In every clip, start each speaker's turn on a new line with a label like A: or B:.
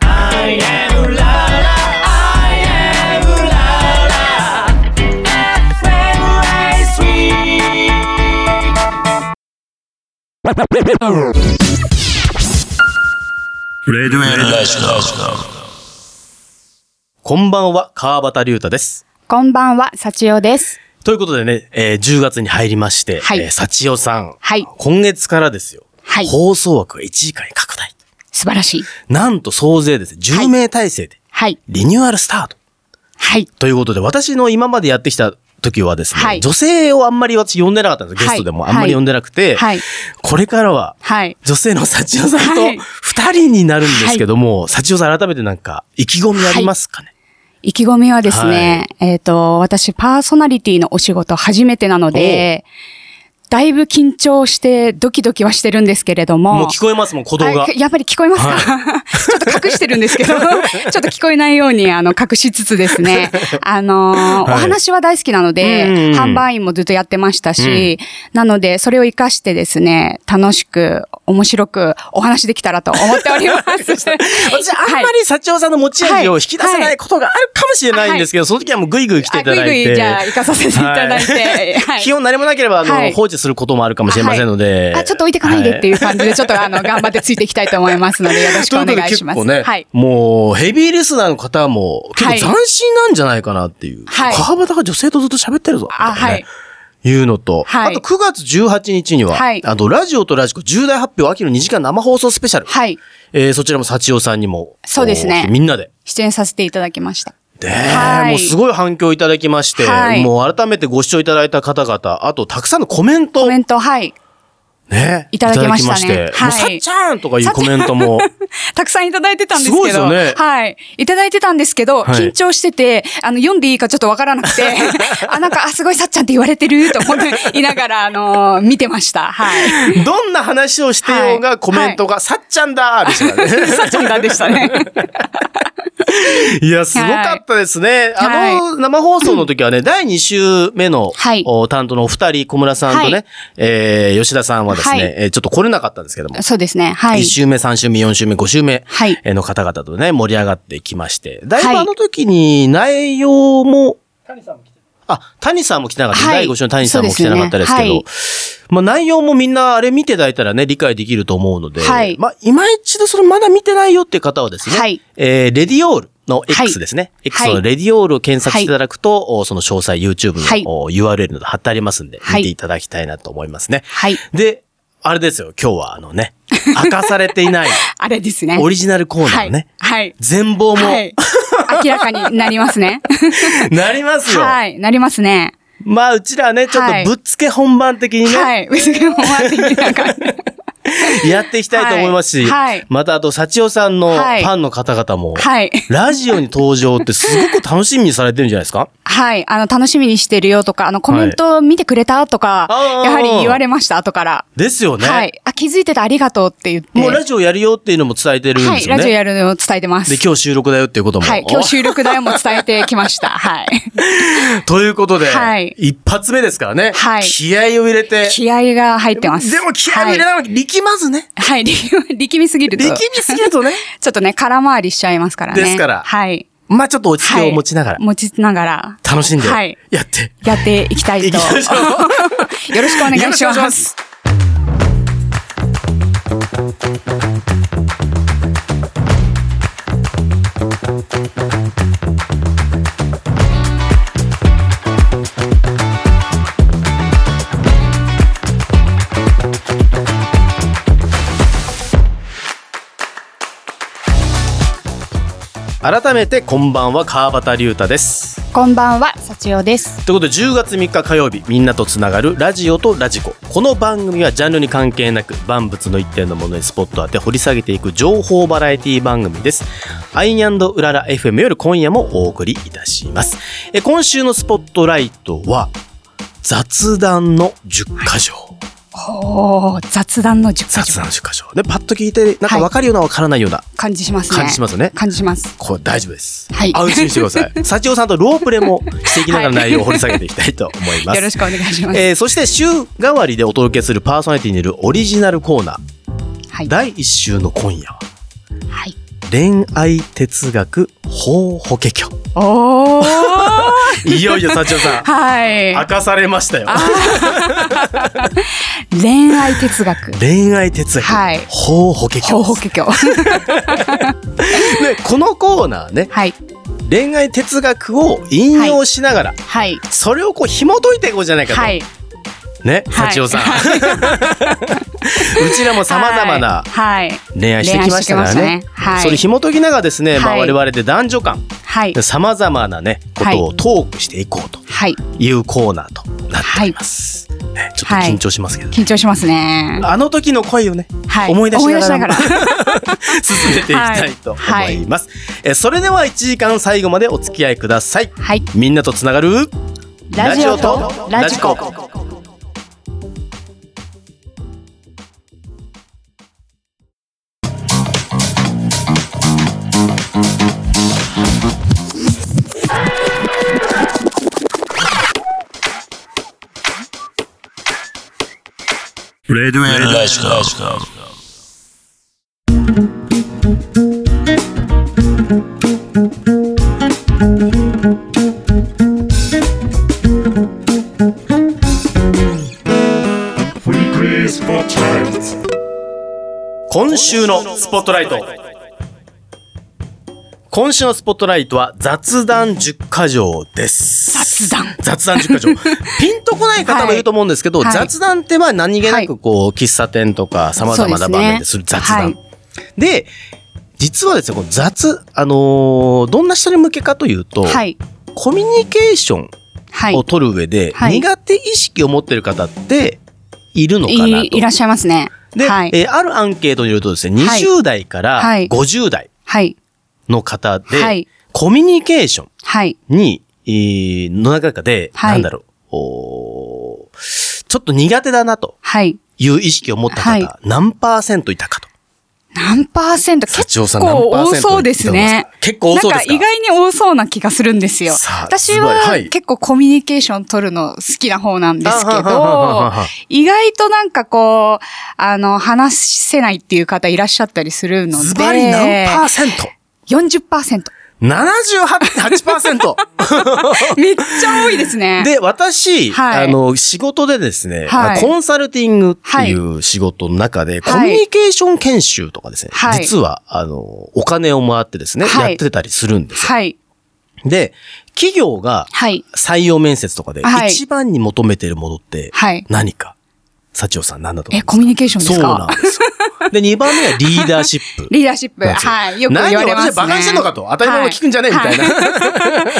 A: I am la la I am la la FM ライスウィー
B: レディオエル大好きだ。
C: こんばんは、川端龍太です。
D: こんばんは、幸代です。
C: ということでね、えー10月に入りまして、
D: はい
C: えー幸代さん、
D: はい
C: 今月からですよ、
D: はい
C: 放送枠が1時間に拡大。
D: 素晴らしい。
C: なんと総勢ですね、10名体制で
D: はい。
C: リニューアルスタート。
D: はい。
C: ということで、私の今までやってきた時はですね、
D: はい
C: 女性をあんまり私呼んでなかったんですよ。
D: は
C: ゲ
D: い
C: ストでもあんまり呼んでなくて、
D: はい
C: これからは、
D: はい。
C: 女性の幸代さんと
D: はい
C: 2人になるんですけども、幸代さん改めてなんか意気込みありますかね、
D: 意気込みはですね、えっ、と、私、パーソナリティのお仕事初めてなので、だいぶ緊張して、ドキドキはしてるんですけれども。
C: もう聞こえますもん、鼓動が
D: あ。やっぱり聞こえますか、 ちょっと隠してるんで すけど、ちょっと聞こえないように、あの、隠しつつですね。あのー
C: はい
D: お話は大好きなので、
C: うんうんうん
D: 販売員もずっとやってましたし、なので、それを活かしてですね、楽しく、面白くお話できたらと思っております。
C: 私、あんま
D: はい
C: り社長さんの持ち味を引き出せないことがあるかもしれないんですけど、その時はもうぐいぐい来ていただいて。
D: あぐいぐいじゃあ行かさせていただいて
C: は、
D: はいい
C: 気温何もなければ、あの、
D: はい
C: 放置することもあるかもしれませんので。
D: はいあ、ちょっと置いてかないでっていう感じで、ちょっとあの、頑張ってついていきたいと思いますの で、よろしくお願いします。
C: とうことで結構ね、
D: はい。
C: もうヘビーリスナーの方も結構
D: はい
C: 斬新なんじゃないかなっていう。
D: はい
C: 川端が女性とずっと喋ってるぞ。
D: あ
C: みたいなね
D: は
C: いうのと、
D: はい
C: あと9月18日には、
D: はい
C: あとラジオとラジコ重大発表秋の2時間生放送スペシャル。
D: はい。
C: えーそちらも幸代さんにも。
D: そうですね
C: こみんなで。
D: 出演させていただきました。
C: で、
D: はい
C: もうすごい反響いただきまして、
D: はい
C: もう改めてご視聴いただいた方々、あとたくさんのコメント
D: コ
C: を
D: メント、はい。
C: ね、
D: いただきましたね
C: いただきまして
D: は
C: も
D: いう
C: さっちゃんとかいうコメントも、
D: たくさんいただいてたんで
C: す
D: すけど。
C: ごいですよね
D: はい。いただいてたんですけど、
C: はい
D: 緊張してて、あの、読んでいいかちょっとわからなくて、 あ、なんか、あ、すごいさっちゃんって言われてると思っていながら、あのー見てました。はい。
C: どんな話をしてよう
D: は
C: が
D: い
C: コメントが、さっちゃんだーでしたね。
D: さっちゃんだでしたね。
C: いや、すごかったですね。
D: はい
C: あの、生放送の時はね、第2週目の、
D: はい
C: お担当のお二人、小村さんとね、
D: はい
C: えー吉田さんはですね、
D: はい
C: えーちょっと来れなかったんですけども、
D: そうですね。はい
C: 1。週目、3週目、4週目、5週目
D: はい
C: えーの方々とね、盛り上がってきまして。だいぶ
D: はい
C: あの時に内容も、あ、谷さんも来てなかった。
D: はい
C: 第5週の谷さんも来てなかったですけど、
D: そう
C: まあ内容もみんなあれ見ていただいたらね、理解できると思うので、
D: はい
C: まあ今一度それまだ見てないよっていう方はですね、
D: はい
C: えーレディオールの
D: はい
C: X ですね。X
D: は
C: の
D: い
C: レディオールを検索していただくと、おその詳細 YouTube の、
D: はい
C: URL など貼ってありますんで、
D: はい
C: 見ていただきたいなと思いますね。
D: はい。
C: で、あれですよ、今日はあのね、明かされてい ない
D: あれですね。
C: オリジナルコーナーのね、
D: はい。
C: 全貌
D: はい。は
C: も
D: い。明らかになりますね。
C: なりますよ。
D: はい。なりますね。
C: まあ、うちらはね、ちょっ
D: はい
C: とぶっつけ本番的にね、
D: はい。別に思わずになんか。
C: やっていきたいと思いますし、
D: はいはい
C: またあと、幸代さんのフ
D: はい
C: ァンの方々も、
D: はい。
C: ラジオに登場ってすごく楽しみにされてるんじゃないですか
D: はい。あの、楽しみにしてるよとか、あの、コメント見てくれたとか、
C: はい
D: やはり言われました、後から。
C: ですよね。
D: はい。あ、気づいてたありがとうって言って。
C: もうラジオやるよっていうのも伝えてるん
D: は
C: で
D: い。
C: すよ
D: ラ
C: ね。
D: ジオやるのを伝えてます
C: で、。今日収録だよっていうことも。
D: はい。今日収録代も伝えてきました。はい。
C: ということで、
D: はい
C: 一発目ですからね。
D: はい
C: 気合を入れて。
D: 気合が入ってます。
C: でも気合を入れ
D: はい。
C: ながら力ますね。
D: はい。 力力みすぎると。
C: 力みすぎるとね。
D: ちょっとね、空回りしちゃいますからね。
C: ですから
D: はい。
C: まあちょっと落ち着き
D: はい。
C: を持ちながら、
D: 持ちながら。
C: 楽しんで
D: はい。
C: やって。
D: やってい きたいと。
C: いきましょ
D: よろしくお願いします。
C: よろしくお願いします改めてこんばんは川端龍太です。
D: こんばんは、さちよです。
C: ということで10月3日火曜日みんなとつながるラジオとラジコこの番組はジャンルに関係なく万物の一点のものにスポットを当て掘り下げていく情報バラエティ番組ですアイウララ FM より今夜もお送りいたしますえ今週のスポットライトは雑談の10箇条
D: おー、雑談の10
C: 雑談の10箇条でパッと聞いてなんか
D: はい
C: 分かるような分からないような
D: 感じしますね。
C: 感じしますよね、
D: 感じします。
C: これ大丈夫です、
D: はい
C: 安心してくださ い幸男さんとロープレもしていきながら内容を掘り下げていきたいと思います
D: よろしくお願いします。
C: えーそして週替わりでお届けするパーソナリティによるオリジナルコーナー、
D: はい。
C: 第1週の今夜は
D: はい。
C: 恋愛哲学法法華経。
D: おお
C: いよいよ、社長さん。
D: はい
C: 明。かされましたよ。
D: 恋愛哲学。
C: 恋愛哲学、
D: はい
C: 法法華経
D: 情報結局。
C: ねこのコーナーね、
D: はい。
C: 恋愛哲学を引用しながら、
D: はい。
C: それをこう紐解いていこうじゃないかと。
D: はい。
C: ね、
D: はい
C: 幸男さん。 うちらも 様々な
D: はい。はい。
C: 恋愛してきましたから
D: 恋愛
C: ね
D: してきま。したねはい
C: それ紐解きながらですね、まあ、
D: は
C: 我
D: い
C: 々で男女間、
D: はい。
C: 様々なね、ことをトークしていこうと
D: はい。
C: いうコーナーとなっております。ねちょっと緊張しますけど、ね
D: 緊張しますね。
C: あの時の恋を ね、
D: はい。
C: 思い出しながら
D: 思い出しながら
C: 進めていきたいと思います。えそれでは1時間最後までお付き合いください。
D: はい。
C: みんなとつながる
D: ラジオとラジコ。
B: レデュエルラジコ。
C: 今週のスポットライト。今週のスポットライトは雑談10か条です。
D: 雑談。
C: 雑談10か条。ピ ンとこない方もいると思うんですけど、
D: はい
C: 雑談ってまあ何気なくこう、喫茶店とか様々な場面でする雑
D: は
C: 談。
D: い
C: で、実はですね、この雑、あのーどんな人に向けかというと、
D: はい。
C: コミュニケーション
D: は
C: を
D: い。
C: 取る上で、
D: はい
C: 苦手意識を持ってる方っているのかなと。
D: いいらっしゃいますね。
C: で、
D: はい。
C: えーあるアンケートによるとですね、
D: はい
C: 20代から
D: はい
C: 50代
D: はい。
C: の方で、
D: はい
C: コミュニケーション
D: はい。
C: に、えーの中で、
D: はい
C: なんだろう、おーちょっと苦手だなと
D: はい。
C: いう意識を持った方、
D: はい
C: 何パーセントいたかと。
D: 何パーセント
C: 社
D: 結
C: 長さん何
D: 構
C: パー
D: 多
C: セント
D: そうですね。
C: 結構多そうですか
D: なんか意外に多そうな気がするんですよ。
C: さあ
D: 私
C: ズバリは
D: はい結構コミュニケーション取るの好きな方なんですけ
C: あははは
D: ど
C: は、
D: 意外となんかこう、あの、話せないっていう方いらっしゃったりするので。
C: ズバリ何パーセント
D: ?40%。
C: ?78.8%!
D: めっちゃ多いですね。
C: で、私、
D: はい
C: あの、仕事でですね、
D: はい
C: コンサルティングっていう仕事の中で、
D: はい
C: コミュニケーション研修とかですね、
D: はい
C: 実は、あの、お金をもらってですね、
D: はい
C: やってたりするんですよ。
D: はい。
C: で、企業が
D: はい。
C: 採用面接とかで
D: はい
C: 一番に求めてるものって
D: はい
C: 何か、幸男さん何だと思い
D: え、
C: ます
D: コミュニケーションです
C: そうなん
D: か
C: ですよ。で、2番目はリーダーシップ。
D: リーダーシップ。
C: なんです
D: はい。よく言われますね。
C: 何を私は馬鹿にしてんのかと。当たり前を聞くんじゃねえ、みたい
D: は
C: な。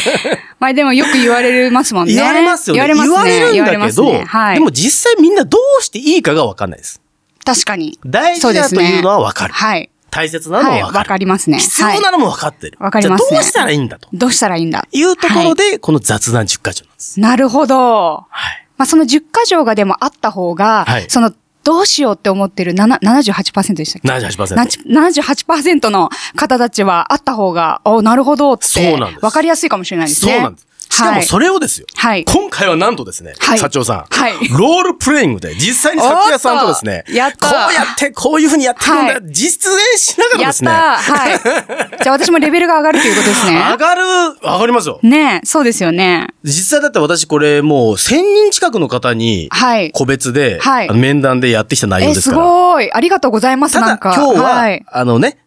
D: まあでもよく言われますもんね。
C: 言われますよね。
D: 言われますね。
C: 言
D: 言
C: わ
D: わ
C: れ
D: れ
C: るんだ
D: ま
C: け
D: す
C: ど、
D: ねはい。
C: でも実際みんなどうしていいかがわかんないです。
D: 確かに。
C: 大
D: そ
C: 事だ
D: です
C: と
D: ね
C: いうのはわかる。
D: はい。
C: 大切なの
D: はい。
C: はわ
D: わ
C: か
D: か
C: る。
D: りますね。
C: 必
D: は
C: 要
D: い
C: なのもわかってる。
D: わかりますね
C: じゃあどうしたらいいんだと
D: どうしたらいいんだ。
C: いうところで、この雑談10箇条なんです。
D: なるほど。
C: はい。
D: まあその10箇条がでもあった方が、
C: はい
D: そのどうしようって思ってる7 78%でしたっけな
C: 78%。
D: ち78%の方たちはあった方が、おなるほどって、
C: そうなんです
D: わかりやすいかもしれないです
C: そう
D: ね。
C: なんです。しかもそ
D: れ、
C: れをですよ。
D: はい。
C: 今回はなんとですね、
D: はい
C: 社長さん、
D: はい
C: ロールプレイングで実際に酒屋さんとですね
D: おっ、とやった
C: こうやってこういうふうにやってるんだ、
D: はい
C: 実演しながら
D: や
C: で
D: っ
C: す
D: たー
C: ね、
D: はい。じゃあ私もレベルが上がるということです
C: 上
D: ね。
C: がる、上がりますよ。
D: ねえ、そうですよね。
C: 実際だって私これもう1000人近くの方に、
D: はい。
C: 個別で、
D: はい
C: あの面談でやってきた内容
D: え、
C: です
D: す
C: から。
D: ごい。ありがとうございます。
C: た
D: なん
C: だ
D: か。
C: 今日は、
D: はい。
C: あのね、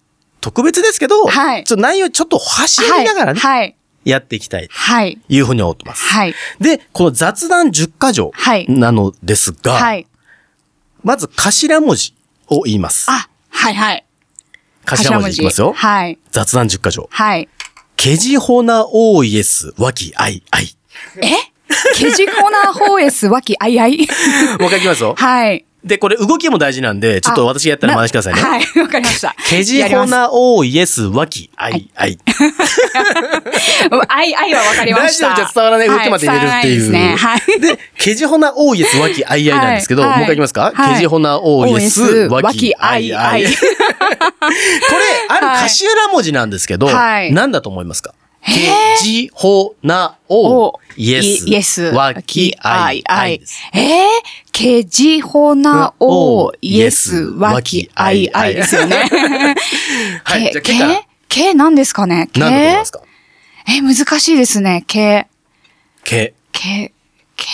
C: 特別ですけど、
D: はい
C: ちょっと内容ちょっと走りながらね、
D: はい。
C: やっていきたいと
D: はい。
C: いうふうに思ってます。
D: はい。
C: で、この雑談10箇条
D: はい
C: なのですが、
D: はい。
C: まず頭文字を言います。
D: あ、はいはい。
C: 頭文字いきますよ。
D: はい。
C: 雑談10箇条。
D: はい。
C: ケジホナオーイエス、ワキアイアイ。
D: えケジコナホーエス、ワキ、あいあい。
C: もう一回いきますよ。
D: はい。
C: で、これ動きも大事なんで、ちょっと
D: あ
C: 私がやったら真似してくださいね。
D: はい。わかりました。
C: ケジホナオーイエス、ワキアイアイ。
D: あいあいはわかりました。
C: ラジオじゃ伝わらない動きまで入れるっていう
D: は伝わらないですね。はい。
C: で、ケジホナオーイエス、ワキアイアイなんですけど、
D: はいはい
C: もう一回いきますか、
D: はい
C: ケジホナオーイエス、
D: OS
C: ワキアイアイ。
D: ワ
C: こ
D: キ
C: れ、ある頭文字なんですけど、
D: はい
C: 何だと思いますかケジホナオーイエス、
D: イエス。
C: ワキアイアイです。。
D: えー、ケジホナオイエスワキアイアイですよね。
C: はい、じゃあ、
D: け
C: ケから
D: 系なんですかね
C: 何だと思い
D: 系
C: ますか
D: え、難しいですね。系、
C: 系。
D: 系、系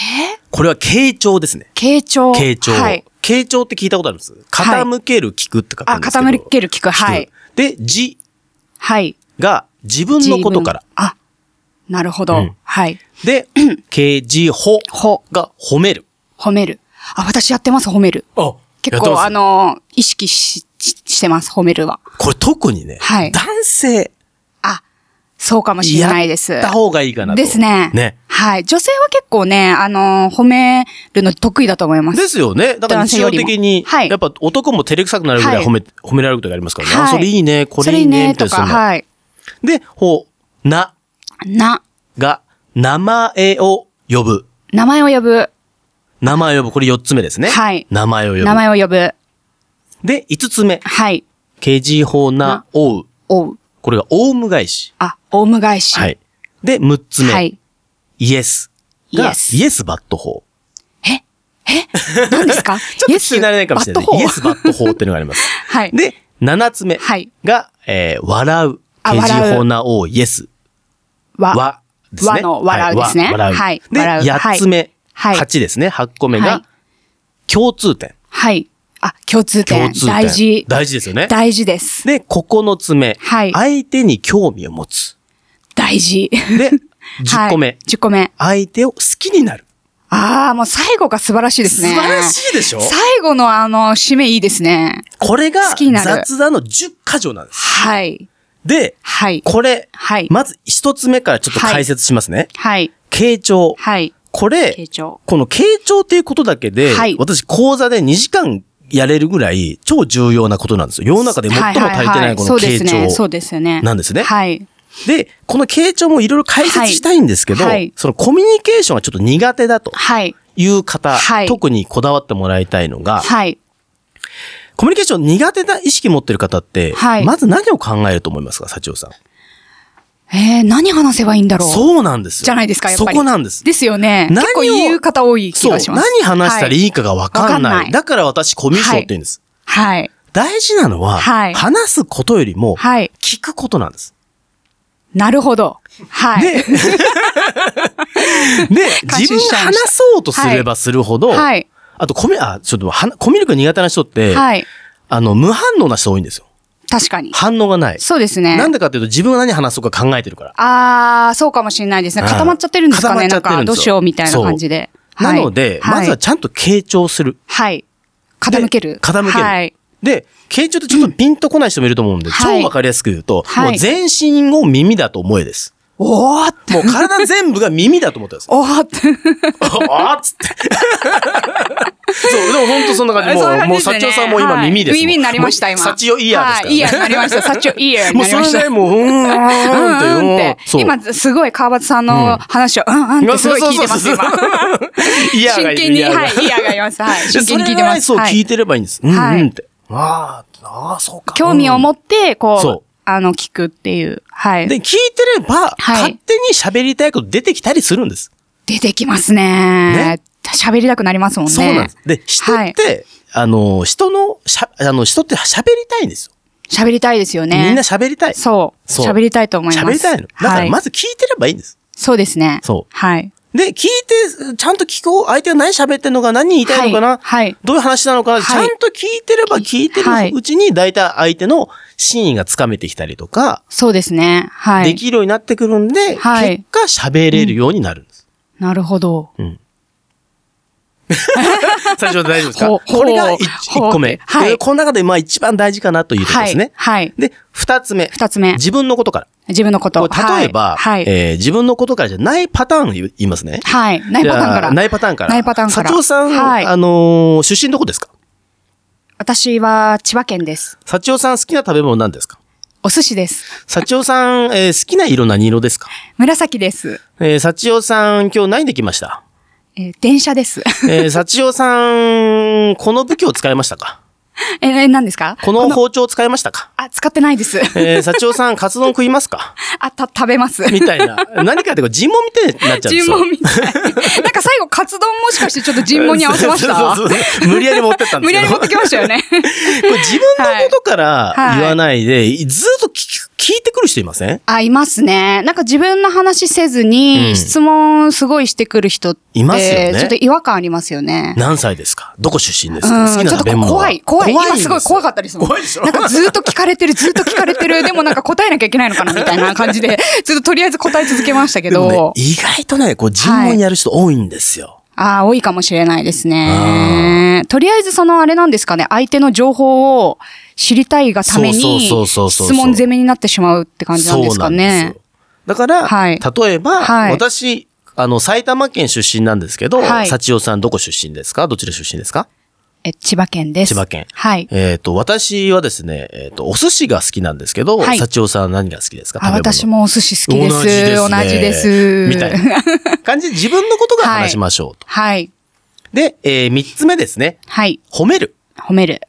C: これは傾聴ですね。
D: 傾聴。
C: 傾聴。
D: はい。
C: 傾聴って聞いたことあるんです傾ける聞くって書く
D: あ、
C: んですけど。
D: 傾ける聞く。
C: 聞く
D: はい。。
C: で、字
D: はい。
C: が自分のことから。
D: 自分。あ、なるほ
C: う
D: ど
C: ん。
D: はい。
C: で、 けじほ
D: ほ、
C: が褒める。
D: 褒める。あ、私やってます、褒める。
C: あ
D: 結構、あ、の、意識し、ししてます、褒めるは。
C: これ特にね、
D: はい
C: 男性、
D: あ、そうかもしれないです。
C: やった方がいいかなと。
D: ですね。
C: ね。
D: はい。女性は結構ね、あのー褒めるの得意だと思います。
C: ですよね。だから
D: 男性
C: 日
D: よ
C: 常
D: りも
C: 的に、
D: はい
C: やっぱ男も照れくさくなるぐらい褒め、褒められることがありますからね。あ
D: はい
C: それいいね、これいいね、みたい
D: と
C: な。そ
D: か、
C: んな
D: はい。
C: で、ほう、な、
D: な、
C: が、名前を呼ぶ。
D: 名前を呼ぶ。
C: 名前を呼ぶ。これ四つ目ですね。
D: はい
C: 名前を呼ぶ。
D: 名前を呼ぶ。
C: で、五つ目。
D: はい。
C: けじほな
D: な、
C: おう。
D: おう。
C: これが、オウム返し。
D: あ、オウム返し。
C: はい。。で、六つ目。
D: はい。
C: イエス。が、
D: Yes
C: イエスバット法。
D: 何ですか
C: ちょっと気になれないかもしれない。イエス
D: バット
C: バット法っていうのがあります。
D: 法はい。
C: で、七つ目
D: はい。
C: が、えー、笑う。
D: あ
C: けじ
D: 笑う
C: ほなおう、イエス。
D: わ。
C: わ。ですね
D: わの笑うですね
C: はいわ
D: は
C: 笑。
D: いう
C: で、
D: 笑うはい
C: 八つ目。
D: はい
C: 八ですね。八個目
D: は
C: が
D: い、
C: 共通点。
D: はい。あ、共通点。
C: 共通点。
D: 大事。
C: 大事ですよね。
D: 大事です。
C: で、9つ目。
D: はい
C: 相手に興味を持つ。
D: 大 事。
C: で、10個目。
D: はい、10個目。
C: 相手を好きになる。
D: ああ、もう最後が素晴らしいですね。
C: 素晴らしいでしょ
D: 最後のあの、締めいいですね。
C: これが
D: 好きになる
C: 雑談の10箇条なんです。
D: はい。
C: で、
D: はい。
C: これ、
D: はい
C: まず1つ目からちょっと解説しますね。
D: はい。
C: 傾聴。
D: はい。
C: これ、
D: 傾聴
C: この傾聴っていうことだけで、
D: はい
C: 私講座で2時間やれるぐらい超重要なことなんですよ。世の中で最も足りてないこの
D: はははそうです
C: 傾
D: ね。
C: 聴
D: そうですよね。
C: なんですね。
D: はい。
C: で、この傾聴もいろいろ解説したいんですけど、
D: はいはい
C: そのコミュニケーションがちょっと苦手だと
D: はい。
C: いう方、
D: はい
C: 特にこだわってもらいたいのが、
D: はい。
C: コミュニケーション苦手な意識持ってる方って、
D: はい
C: まず何を考えると思いますか、社長さん。
D: えー、何話せばいいんだろう。
C: そうなんですよ。
D: じゃないですか、やっぱり。
C: そこなんです。
D: ですよね。
C: 何を
D: 結構言う方多い気
C: そう
D: がし。ます。
C: 何話したらいいかがわかんない。
D: はいわかんない
C: だから私、コミュ障って言うんです。
D: はい。はい。
C: 大事なのは、
D: はい
C: 話すことよりも、
D: はい
C: 聞くことなんです。
D: なるほど。はい。
C: で、で、自
D: 感心
C: 分
D: しち
C: が
D: ゃいました
C: 話そうとすればするほど、
D: はい。
C: あとコミュ、あ、ちょっとはな、コミュ力苦手な人って、
D: はい。
C: あの、無反応な人多いんですよ。
D: 確かに。
C: 反応がない。
D: そうですね。
C: なんでかっていうと、自分が何話そうか考えてるから。
D: あー、そうかもしれないですね。
C: はい
D: 固まっちゃってるんですか
C: 固ま
D: ね。
C: っ
D: なん
C: ちゃってる
D: か、
C: んですよ
D: どうしようみたいな感じで。
C: ないので、まずはいちゃんと傾聴する。
D: はい。傾ける
C: で。傾ける。
D: はい。
C: で、傾聴ってちょっとピンとこない人もいると思うんで、
D: はい
C: 超わかりやすく言うと、
D: はい
C: もう全身を耳だと思えです。
D: おーっ
C: もう体全部が耳だと思って ます。
D: おーっ
C: あっつって。 そう、でも本当そんな感じ。も
D: そういう
C: う、
D: 感
C: もう、
D: じです
C: 社長
D: ね
C: さんも今
D: はい
C: 耳ですもん。
D: 耳になりました、今。
C: サチオイヤーですから、ね。
D: はいイヤーになりました。サチオイヤーに
C: もう
D: なり
C: そ
D: ま
C: れ
D: し
C: ぐ
D: た
C: ら。いもう、うーん、う
D: うん
C: ーんって、
D: うんって
C: うんそう。
D: 今、すごい川端さんの話を、うんうんってすごい聞い てます、今。
C: イヤーが
D: 真
C: いる
D: 剣に、
C: イヤーが
D: はい、イヤーがいます。はい。
C: で
D: 真
C: そ
D: 剣
C: れ
D: に聞い
C: ぐ
D: て
C: ら
D: ま
C: い
D: す。
C: そう
D: は
C: 聞いてればいいんです。うん、
D: はい
C: うんって。ああ、ああ、そうか。
D: 興味を持
C: っ
D: って、
C: そ
D: こう、あの、聞くっていう。はい。
C: で、聞いてれば、
D: はい
C: 勝手に喋りたいこと出てきたりするんです。
D: 出てきますね。喋りたくなりますもんね。
C: そうなんです。で、人
D: は
C: っ
D: い
C: て、あの、人の、しゃ、あの、人って喋りたいんですよ。
D: 喋りたいですよね。
C: みんな喋りたい。
D: そう。
C: そう
D: 喋りたいと思います。
C: 喋りたいの。だか
D: は
C: ら、まず聞いてればいいんです。
D: そうですね。
C: そう
D: はい。
C: で、聞いて、ちゃんと聞こう。相手が何喋ってんのか、何言いたいのかな、
D: はいはい
C: どういう話なのかな、
D: はい
C: ちゃんと聞いてれば聞いて
D: は
C: る
D: いう
C: ちに、大体相手の真意がつかめてきたりとか、
D: そうですね。は
C: で
D: い。
C: きるようになってくるんで、
D: はい
C: 結果喋れるようになるんです。
D: なるほど。
C: 最初で大丈夫です
D: ほう
C: かこれが
D: ほう
C: 1, 個目。
D: はい
C: でこの中でまあ一番大事かなというところ
D: は
C: です
D: い
C: ね。。
D: はい。
C: で、二つ目。
D: 二つ目。
C: 自分のことから。
D: 自分のこと。
C: これ例えば、
D: はい。はい。
C: えー自分のことからじゃないパターンを言いますね。
D: はいないパターンか
C: じゃ
D: ら。
C: あないパターンから。
D: ないパターンから
C: 社長さん、
D: はい
C: あのー出身どこですか
D: 私は千葉県です。
C: 社長さん好きな食べ物何ですか
D: お寿司です。
C: 社長さん、えー好きな色何色ですか
D: 紫です。
C: えー、社長さん、今日何できました
D: えー電車です。
C: えー、社長さん、この武器を使いましたか
D: えー、何ですか
C: この包丁使いましたか
D: あ、使ってないです。
C: えー、幸男さん、カツ丼食いますか
D: あ、た、食べます。
C: みたい な。何かってこう、尋問みたいになっちゃうんで
D: 尋
C: すよ。
D: 問 みたい。なんか最後、カツ丼もしかしてちょっと尋問に合わせました
C: そうそうそう無理やり持ってったんで
D: 無
C: すけ
D: 理や
C: ど。
D: り持ってきました よね。
C: これ自分のことから
D: はい
C: 言わないで、ずっと聞く聞いてくる人いません
D: あ、いますね。なんか自分の話せずに、
C: うん
D: 質問すごいしてくる人って、
C: いますよね
D: ちょっと違和感ありますよね。
C: 何歳ですかどこ出身です
D: う
C: か
D: ん、
C: 好きな
D: ちょっ
C: 食べ
D: と
C: 物は
D: 怖い、怖い。
C: ん
D: 今
C: です
D: ごい怖かったですもん。
C: 怖いでしょ
D: なんかずっと聞かれてる、ずっと聞かれてる。でもなんか答えなきゃいけないのかなみたいな感じで、ずっととりあえず答え続けましたけ
C: でもね
D: ど、
C: 意外とね、こう、尋問やる人多いんですよ。
D: ああ、多いかもしれないですね。とりあえずそのあれなんですかね、相手の情報を知りたいがために、
C: そうそうそうそうそう
D: 質問攻めになってしまうって感じなんですかね。
C: よ。だから、
D: はい
C: 例えば、
D: はい
C: 私、あの、埼玉県出身なんですけど、
D: はい
C: 幸代さんどこ出身ですかどちら出身ですか
D: え、千葉県です。
C: 千葉県
D: はい。
C: えっ、と、私はですね、えっ、と、お寿司が好きなんですけど、
D: はい
C: 幸代さん何が好きですか
D: あ、私
C: も
D: もお寿司好
C: 同
D: き
C: じ
D: です。
C: です、ね。
D: 同じです。
C: みたいな感じで自分のことが話しましょうと。
D: はい。
C: で、えー、三つ目ですね。
D: はい。
C: 褒める。
D: 褒める。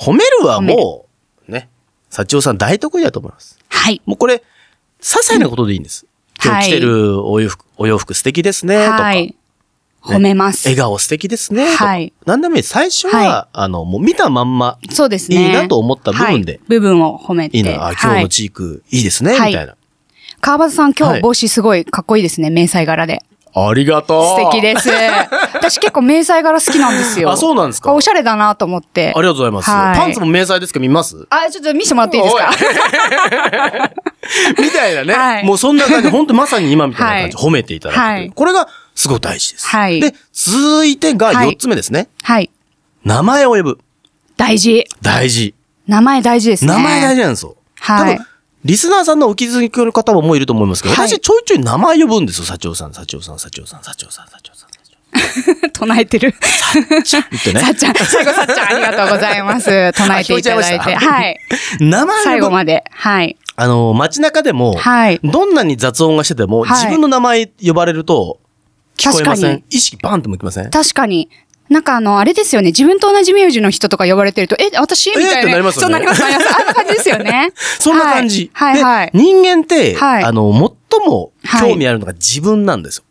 C: 褒めるはもう、ね、幸代さん大得意だと思います。
D: はい。
C: もうこれ、些細なことでいいんです。
D: うん
C: 今
D: はい
C: 日着てるお洋服、お洋服素敵ですね、とか。
D: はい。褒めます。
C: 笑顔素敵ですね。とか
D: はい
C: 何でもいい。最初は、
D: は
C: あの、もう見たまんま、
D: そうですね。
C: いいなと思った部分で
D: はい部分を褒めて。
C: いいな、あ今日のチーク、いいですね、
D: はい
C: みたいな。
D: はい川端さん、今
C: は
D: 日
C: い
D: 帽子すごいかっこいいですね。迷彩柄で。
C: ありがとう。
D: 素 敵です。私結構迷彩柄好きなんですよ。
C: あそうなんですか
D: おしゃれだなと思って。
C: ありがとうございます。
D: はい
C: パンツも迷彩ですけど見ます
D: あ、ちょっと見せてもらっていいですか
C: みたいなね。
D: はい
C: もうそんな感 じ、本当まさに今みたいな感じ、
D: は
C: 褒めていただくという、
D: はい
C: これがすごい大事です。
D: はい
C: で、続いてが4つ目ですね。
D: はい。
C: 名前を呼ぶ。
D: 大事。
C: 大事。
D: 名前大事ですね。
C: 名前大事なんですよ。
D: はい
C: 多分、リスナーさんのお気づきの方ももういると思いますけど、
D: はい
C: 私ちょいちょい名前呼ぶんですよ。社長さん、社長さん、社長さん、社長さん、社長さん。社長
D: 唱えてる。
C: さんって言って
D: さっ
C: ね。
D: ちゃん、最後さっちゃん、ありがとうございます。唱えていただい
C: あ聞こえちゃい
D: て。
C: ました
D: はい。
C: 名前
D: 最
C: 呼
D: 後
C: ぶ。
D: まで。はい。
C: あの、街中でも、
D: はい
C: どんなに雑音がしてても、
D: はい
C: 自分の名前呼ばれると、聞こえま
D: 確か
C: せん
D: に。
C: 意識バンって向きません
D: 確かに。なんかあの、あれですよね。自分と同じ名字の人とか呼ばれてると、え、私みたいな。
C: えってなりますよね。
D: そうなります、なります。あんな感じですよね
C: そんな感じ。
D: はい、はい、はい
C: で、。人間って、
D: はい
C: あの、最も興味あるのが自分なんですよ。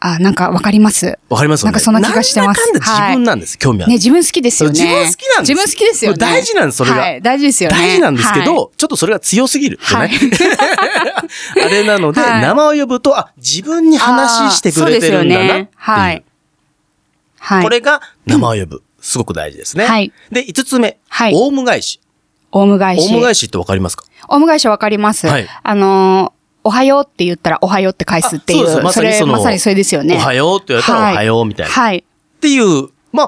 D: あ、なんかわかります。
C: わかりますよね
D: なんかそんな気がしてます
C: なんだかんだ自分なんです、興味ある
D: ね、。自分好きですよね。
C: 自分好きなんです
D: 自分好きですよね。
C: 大事なんですそれが
D: はい、大事ですよね。
C: 大事なんですけど、
D: はい、
C: ちょっとそれが強すぎるってね。
D: はい
C: あれなので、
D: はい
C: 名前を呼ぶと、あ、自分に話してくれてるんだなっていう。
D: あーそうですよねはいはい。
C: これが名前を呼ぶ。すごく大事ですね。
D: はい
C: で、五つ目。
D: はい
C: オウム返し。
D: オウム返
C: オ
D: し。
C: ウム返しってわかりますか
D: オウム返しわかります。
C: はい
D: あのーおはようって言ったら、おはようって返すっていう。
C: あそうですまさに
D: れ、
C: その
D: まさにそれですよね。
C: おはようって言われたら
D: はい
C: おはようみたいな。
D: はい。
C: っていう、ま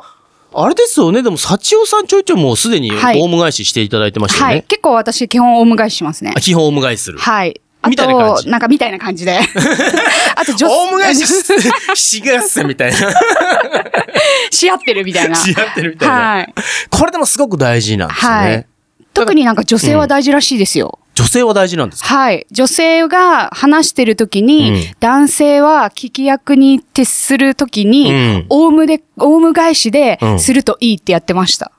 C: あ、あれですよね。でも、幸代さんちょいちょいもうすでにオ
D: はい
C: ウム返ししていただいてましたよ
D: は
C: ね。
D: い。結構私、基本オウム返ししますね
C: あ。基本オウム返しする。
D: はい。あ
C: みたいな感
D: と、
C: じ
D: なんかみたいな感じで。 あと、女
C: オウム返し
D: し
C: しがっせみた いな。
D: 合ってるみたいな。
C: し合ってるみたいな
D: はい。
C: これでもすごく大事なんですよね。
D: はい特になんか女性は大事らしいですよ。
C: 女性は大事なんですか
D: はい。女性が話してる時に、
C: うん
D: 男性は聞き役に徹する時に、
C: うん
D: オウムで、オウム返しで
C: うん
D: するといいってやってました。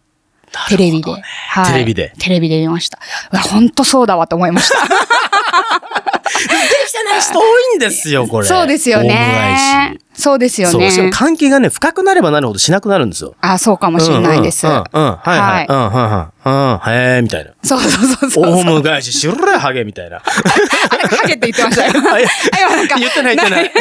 D: テレビで、はい
C: テレビで
D: テレビで見ました。うわほんとそうだわと思いました。
C: 人多いんですよ、これ。
D: そうですよ
C: オウム
D: ね
C: 返し。
D: そうですよ
C: そう、しかも
D: ね。
C: 関係がね、深くなればなるほどしなくなるんですよ。
D: あ、そうかもしれないです。
C: うんうん、うんうんはいはい。うん、うん、うん、うん、へえ、みたいな。
D: そうそうそうそう。
C: オウム返ししろや、ハゲ、みたいな。
D: あれ、ハゲって言ってましたよ。今
C: いや
D: なんか。
C: 言ってない言ってない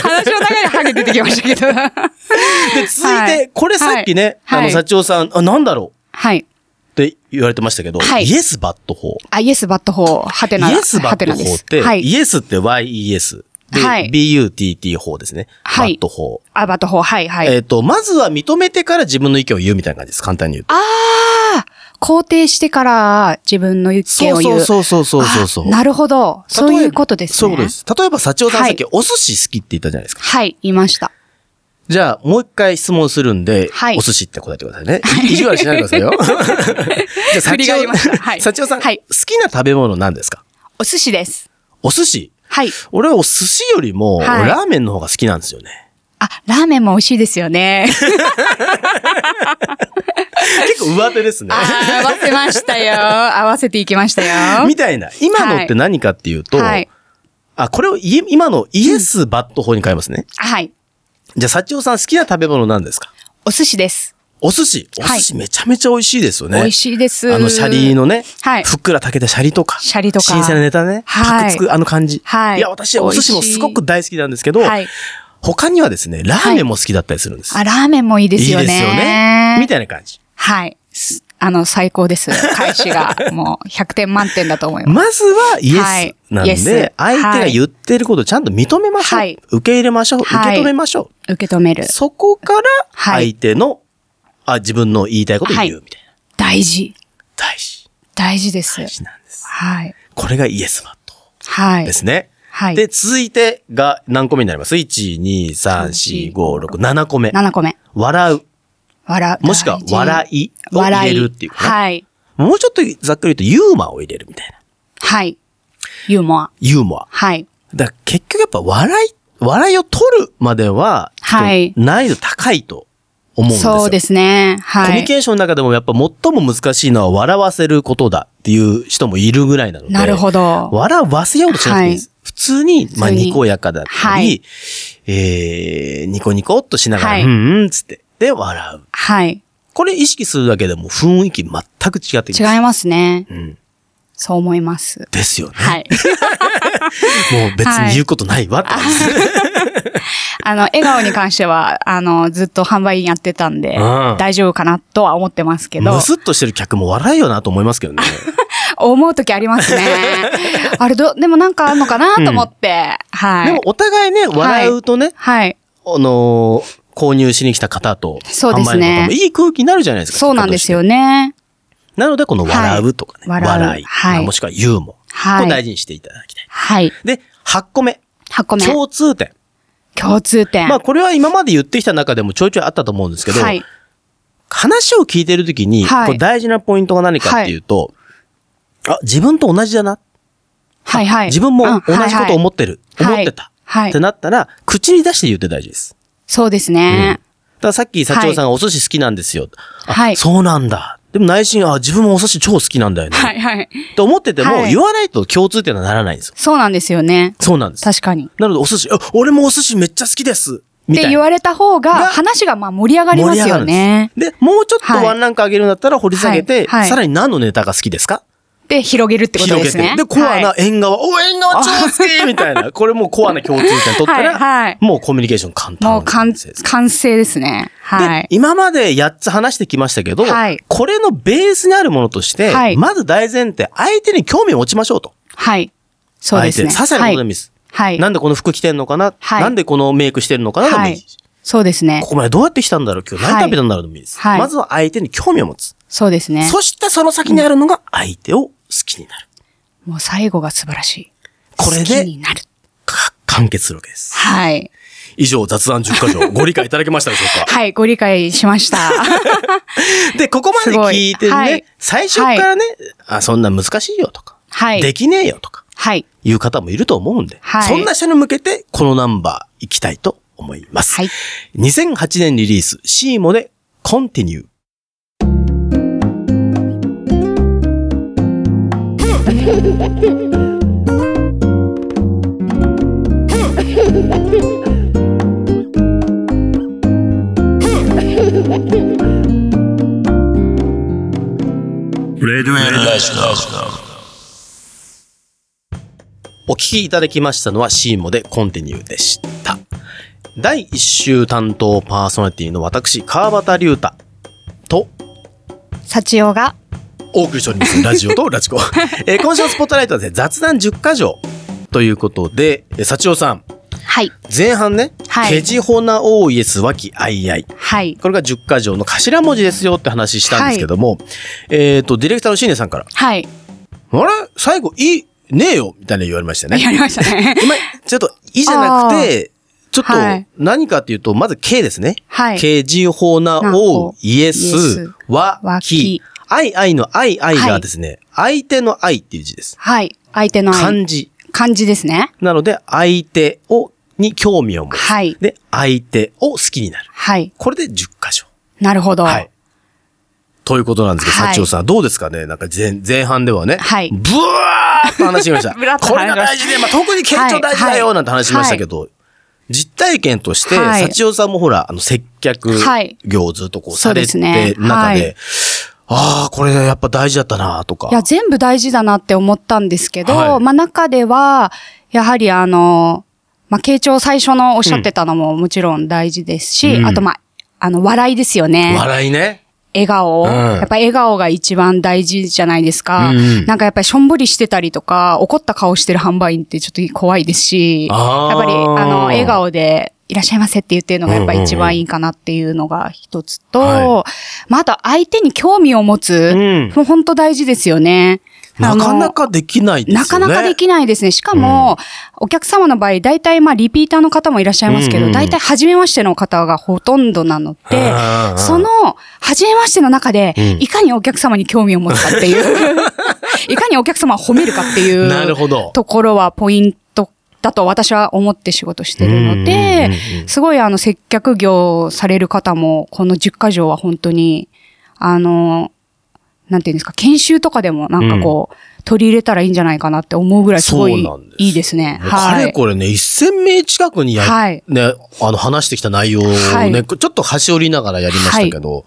D: 話の中でハゲ出てきましたけど。
C: で、続い
D: は
C: て
D: い、
C: これさっきね、あ
D: はい
C: の、
D: はい
C: 社長さん、あ、なんだろう
D: はい。
C: って言われてましたけど、
D: はい
C: イエスバット法。
D: あ、イエスバット法、ハテナ
C: イ
D: だ。
C: エスバ
D: ハ
C: ッ
D: テ
C: ト
D: ナで
C: 法っ
D: す
C: て、
D: はい。
C: イエスって YES。で、
D: はい
C: BUTT 法ですね。
D: は
C: バ
D: い
C: ット法。
D: あ、バット法、はい、はい。
C: えっと、まずは認めてから自分の意見を言うみたいな感じです。簡単に言うと。
D: ああ、肯定してから自分の意見を言う。
C: そうそうそうそうそうそう。
D: あなるほど。そう
C: 例えば
D: いうことですね。
C: そういうことです。例えば、社長さん
D: は
C: さ
D: い
C: っきお寿司好きって言ったじゃないですか。
D: はい、言いました。
C: じゃあ、もう一回質問するんで、
D: はい
C: お寿司って答えてくださいね。い意地悪しないでくだ さいよ。じゃあ、
D: 振りがありましたはい
C: 社長さん、
D: はい
C: 好きな食べ物何ですか
D: お寿司です。
C: お寿司
D: はい。
C: 俺はお寿司よりも、
D: はい
C: ラーメンの方が好きなんですよね。
D: あ、ラーメンも美味しいです よね。
C: 結構上手ですね
D: あ。ー合わせましたよ。合わせていきました よ。
C: みたいな。今のって何かっていうと、
D: はい。
C: あ、これをい今のイエスバット法に変えますね。
D: はい。
C: じゃあ、幸男さん好きな食べ物なんですか
D: お寿司です。
C: お寿司。お
D: はい
C: 寿司めちゃめちゃ美味しいですよね。
D: 美味しいです。
C: あの、シャリのね、
D: はい
C: ふっくら炊けたシャリとか、
D: シャリとか
C: 新鮮なネタね、パ
D: はい
C: クつくあの感じ。
D: はい
C: や、私はお寿司もすごく大好きなんですけど、
D: はい。
C: 他にはですね、ラーメンも好きだったりするんです。
D: あ、ラーメンもいいですよね。
C: いいですよね。みたいな感じ。
D: はい。すあの、最高です。返 しが。もう、100点満点だと思います。
C: まずはイ
D: は
C: エ
D: い
C: スなんで、
D: イエス
C: 相手が
D: はい
C: 言ってることをちゃんと認めましょう。
D: はい
C: 受け入れましょう。受け
D: はい
C: 止めましょう。
D: 受け止める。
C: そこから、
D: はい
C: 相手の、あ、自分の言いたいことを言うみたいな。
D: 大事。
C: 大事。
D: 大事です。
C: 大事なんです。
D: はい。
C: これがイエスマット
D: はい
C: で。すね。
D: はい。
C: で、続いてが何個目になります ?1、2、3、4、5、6、7個目。
D: 7個目。
C: 笑う。
D: 笑う。
C: もしくは
D: 大事
C: 笑いを入れるっていうかね
D: 笑はい。
C: もうちょっとざっくり言うとユーモアを入れるみたいな。
D: はい。ユーモア。
C: ユーモア。
D: はい。
C: だから結局やっぱ笑い、笑いを取るまでは、
D: は
C: ちょ
D: い
C: っと難易度高いと思うんですよ。
D: そうですね。はい。
C: コミュニケーションの中でもやっぱ最も難しいのは笑わせることだっていう人もいるぐらいなので。
D: なるほど。
C: 笑わせようとしなくていいです。普通に、まあ、
D: 普通に
C: にこやかだったり、
D: はい
C: えー、ニコニコっとしながら、
D: はい
C: うんうん、つって、で、笑う。
D: はい。
C: これ意識するだけでも雰囲気全く違ってき
D: 違
C: ます。
D: いますね。
C: うん。
D: そう思います。
C: ですよね。
D: はい。
C: もう別に言うことない わって感じです。
D: あの、笑顔に関しては、あの、ずっと販売員やってたんで
C: うん、
D: 大丈夫かなとは思ってますけど
C: む、すっとしてる客も笑いよなと思いますけどね。
D: 思う時ありますね。 あれど、でもなんかあんのかなと思って、は
C: で
D: い
C: も。お互いね、笑うとね、
D: はい。
C: あのー購入しに来た方と、
D: そうですね
C: 販売の方もいい空気になるじゃないですか。
D: そうなんですよね。
C: なので、この笑うとかね、
D: はい
C: 笑
D: 笑
C: い、
D: うはい
C: まあもしくはユーモア、
D: はい
C: これ大事にしていただきたい。
D: はい。
C: で、8個目。
D: 8個目。
C: 共通点。
D: 共通点。
C: まあ、これは今まで言ってきた中でもちょいちょいあったと思うんですけど、
D: はい。
C: 話を聞いてるときに、
D: はい
C: これ大事なポイントが何かっていうと、あ、自分と同じだな。
D: はいはい。
C: 自分も同じことを思
D: っ
C: ってる。思ってた。
D: はい
C: って。なったら、口に出して言って大事です。
D: そうです
C: うん
D: ね。
C: だからさっき、社長さんがお寿司好きなんですよ。
D: は
C: あ
D: い
C: そうなんだ。でも内心、あ、自分もお寿司超好きなんだよね。
D: はいはい。
C: って思ってても、
D: はい
C: 言わないと共通点はならないんですよ。
D: そうなんですよね。
C: そうなんです。
D: 確かに。
C: なので、お寿司、あ俺もお寿司めっちゃ好きです。み
D: った
C: い
D: て
C: な。
D: 言われた方
C: が
D: が、話がまあ盛り上がりますよね。
C: でもうちょっと
D: はい
C: ワンランク上げるんだったら掘り下げて、
D: はいはい
C: さらに何のネタが好きですか
D: で、広げるってこと
C: 広
D: で
C: げ
D: す
C: て。
D: ね。
C: で、コアな
D: はい
C: 縁側、お、縁側超好きみたいな。これもうコアな共通点取ったら、
D: はいはい
C: もうコミュニケーション簡単
D: もう完
C: で、
D: 完成ですね。はい。
C: 今まで8つ話してきましたけど、
D: はい
C: これのベースにあるものとして、
D: はい
C: まず大前提、相手に興味を持ちましょうと。
D: はい。そうですね。
C: 相手に。些細なことでもいいで
D: はい
C: す。
D: はい。
C: なんでこの服着てんのかな、
D: はい
C: なんでこのメイクしてるのかなでも
D: はい
C: い
D: い
C: し、。
D: そうですね
C: こ。こまでどうやって来たんだろう今日何食べたんだろうでもいいです。
D: はい
C: まずは相手に興味を持つ。
D: そうですね。
C: そしてその先にあるのが相手を好きになる。
D: もう最後が素晴らしい。
C: これ
D: 好き
C: で
D: になる。
C: か完結するわけです。
D: はい。
C: 以上、雑談10箇条、ご理解いただけましたでしょうか
D: はい、ご理解し ました。
C: で、ここまで聞いて
D: す
C: ね、
D: ごいはい
C: 最初からね、あ、そんな難しいよとか、
D: はい
C: できねえよとか、
D: はい。
C: いう方もいると思うんで、
D: はい
C: そんな人に向けて、このナンバー行きたいと思います。
D: はい。
C: 2008年リリース、シーモで、コンティニュー。
B: Radio Electro.
C: お聞きいただきましたのはシーモでコンティニューでした。第1週担当パーソナリティの私、川端龍太と
D: 幸男が、
C: お送りしており ます。ラジオとラジコ。えー今週のスポットライトはですね、雑談10箇条ということで、えー幸男さん、
D: はい。
C: 前半ね、
D: はい
C: ケジホナオーイエスワキアイアイ。
D: はい。
C: これが10箇条の頭文字ですよって話したんですけども、えっ、と、ディレクターのシーネさんから、
D: はい。
C: あれ最後、いい、ねえよみたいな言われましたね。。
D: やりましたね
C: 今、ちょっと、いじゃなくて、ちょっと
D: はい、
C: 何かっていうと、まず K ですね。
D: はい。
C: K、G、ホーナ、
D: な
C: オ
D: お
C: イエ
D: イエ
C: ス
D: ス、
C: ワ、
D: わ
C: キ
D: き。
C: 愛、愛の愛、愛
D: は
C: が
D: い
C: ですね、相手の愛っていう字です。
D: はい。相手の愛
C: 漢字。
D: 漢字ですね。
C: なので、相手をに興味を持つ。
D: はい
C: で、相手を好きになる。
D: はい。
C: これで10箇所。
D: なるほど。
C: はい。ということなんですけど、
D: はい
C: 幸男さん、どうですかねなんか前前半ではね、
D: はい
C: ブワーッと話しました。
D: ブラッと
C: これが大事で、まあ、特に県庁大事だ
D: は
C: よ
D: い
C: なんて話しましたけど、実体験として、
D: はい
C: 幸男さんもほら、あの、接客
D: はい
C: 業をずっとこう
D: そ
C: さ
D: う
C: れ
D: で
C: て
D: すね
C: る中で、
D: はい
C: ああ、これやっぱ大事だったなとか。
D: いや、全部大事だなって思ったんですけど、
C: はい
D: まあ中では、やはりあの、まあ、慶長最初のおっしゃってたのももちろん大事ですし、
C: うん
D: あとまあ、あの、笑いですよね。
C: 笑いね。
D: 笑顔、
C: うん
D: やっぱ笑顔が一番大事じゃないですか。
C: うんうん
D: なんかやっぱりしょんぼりしてたりとか、怒った顔してる販売員ってちょっと怖いですし、やっ
C: あー
D: ぱりあの、笑顔でいらっしゃいませって言ってるのがやっぱ一番いいかなっていうのが一つと、
C: うんうんうんは
D: まああと相手に興味を持つ、
C: うん
D: もう本当大事ですよね。
C: なかな
D: あの
C: かできないですよね。
D: なかなかできないですね。しかも、お客様の場合、大体まあリピーターの方もいらっしゃいますけ
C: うんうんう
D: ど、
C: ん
D: 大体初めましての方がほとんどなので
C: うんうん、
D: その初めましての中で
C: ん、
D: いかにお客様に興味を持つかって いう、いかにお客様を褒めるかっていう
C: なるほど
D: ところはポイントだと私は思って仕事してるの
C: うん
D: で
C: うんうんう、ん
D: すごいあの接客業される方も、この10箇条は本当に、あの、なんていうんですか、研修とかでもなんかこう、取り入れたらいいんじゃないかなって思うぐらいすごい
C: そうなんです
D: いいですね。
C: もうかれこれね、1000名近くにや、
D: はい
C: ね、あの話してきた内容をね、
D: はい
C: ちょっと端折りながらやりましたけど、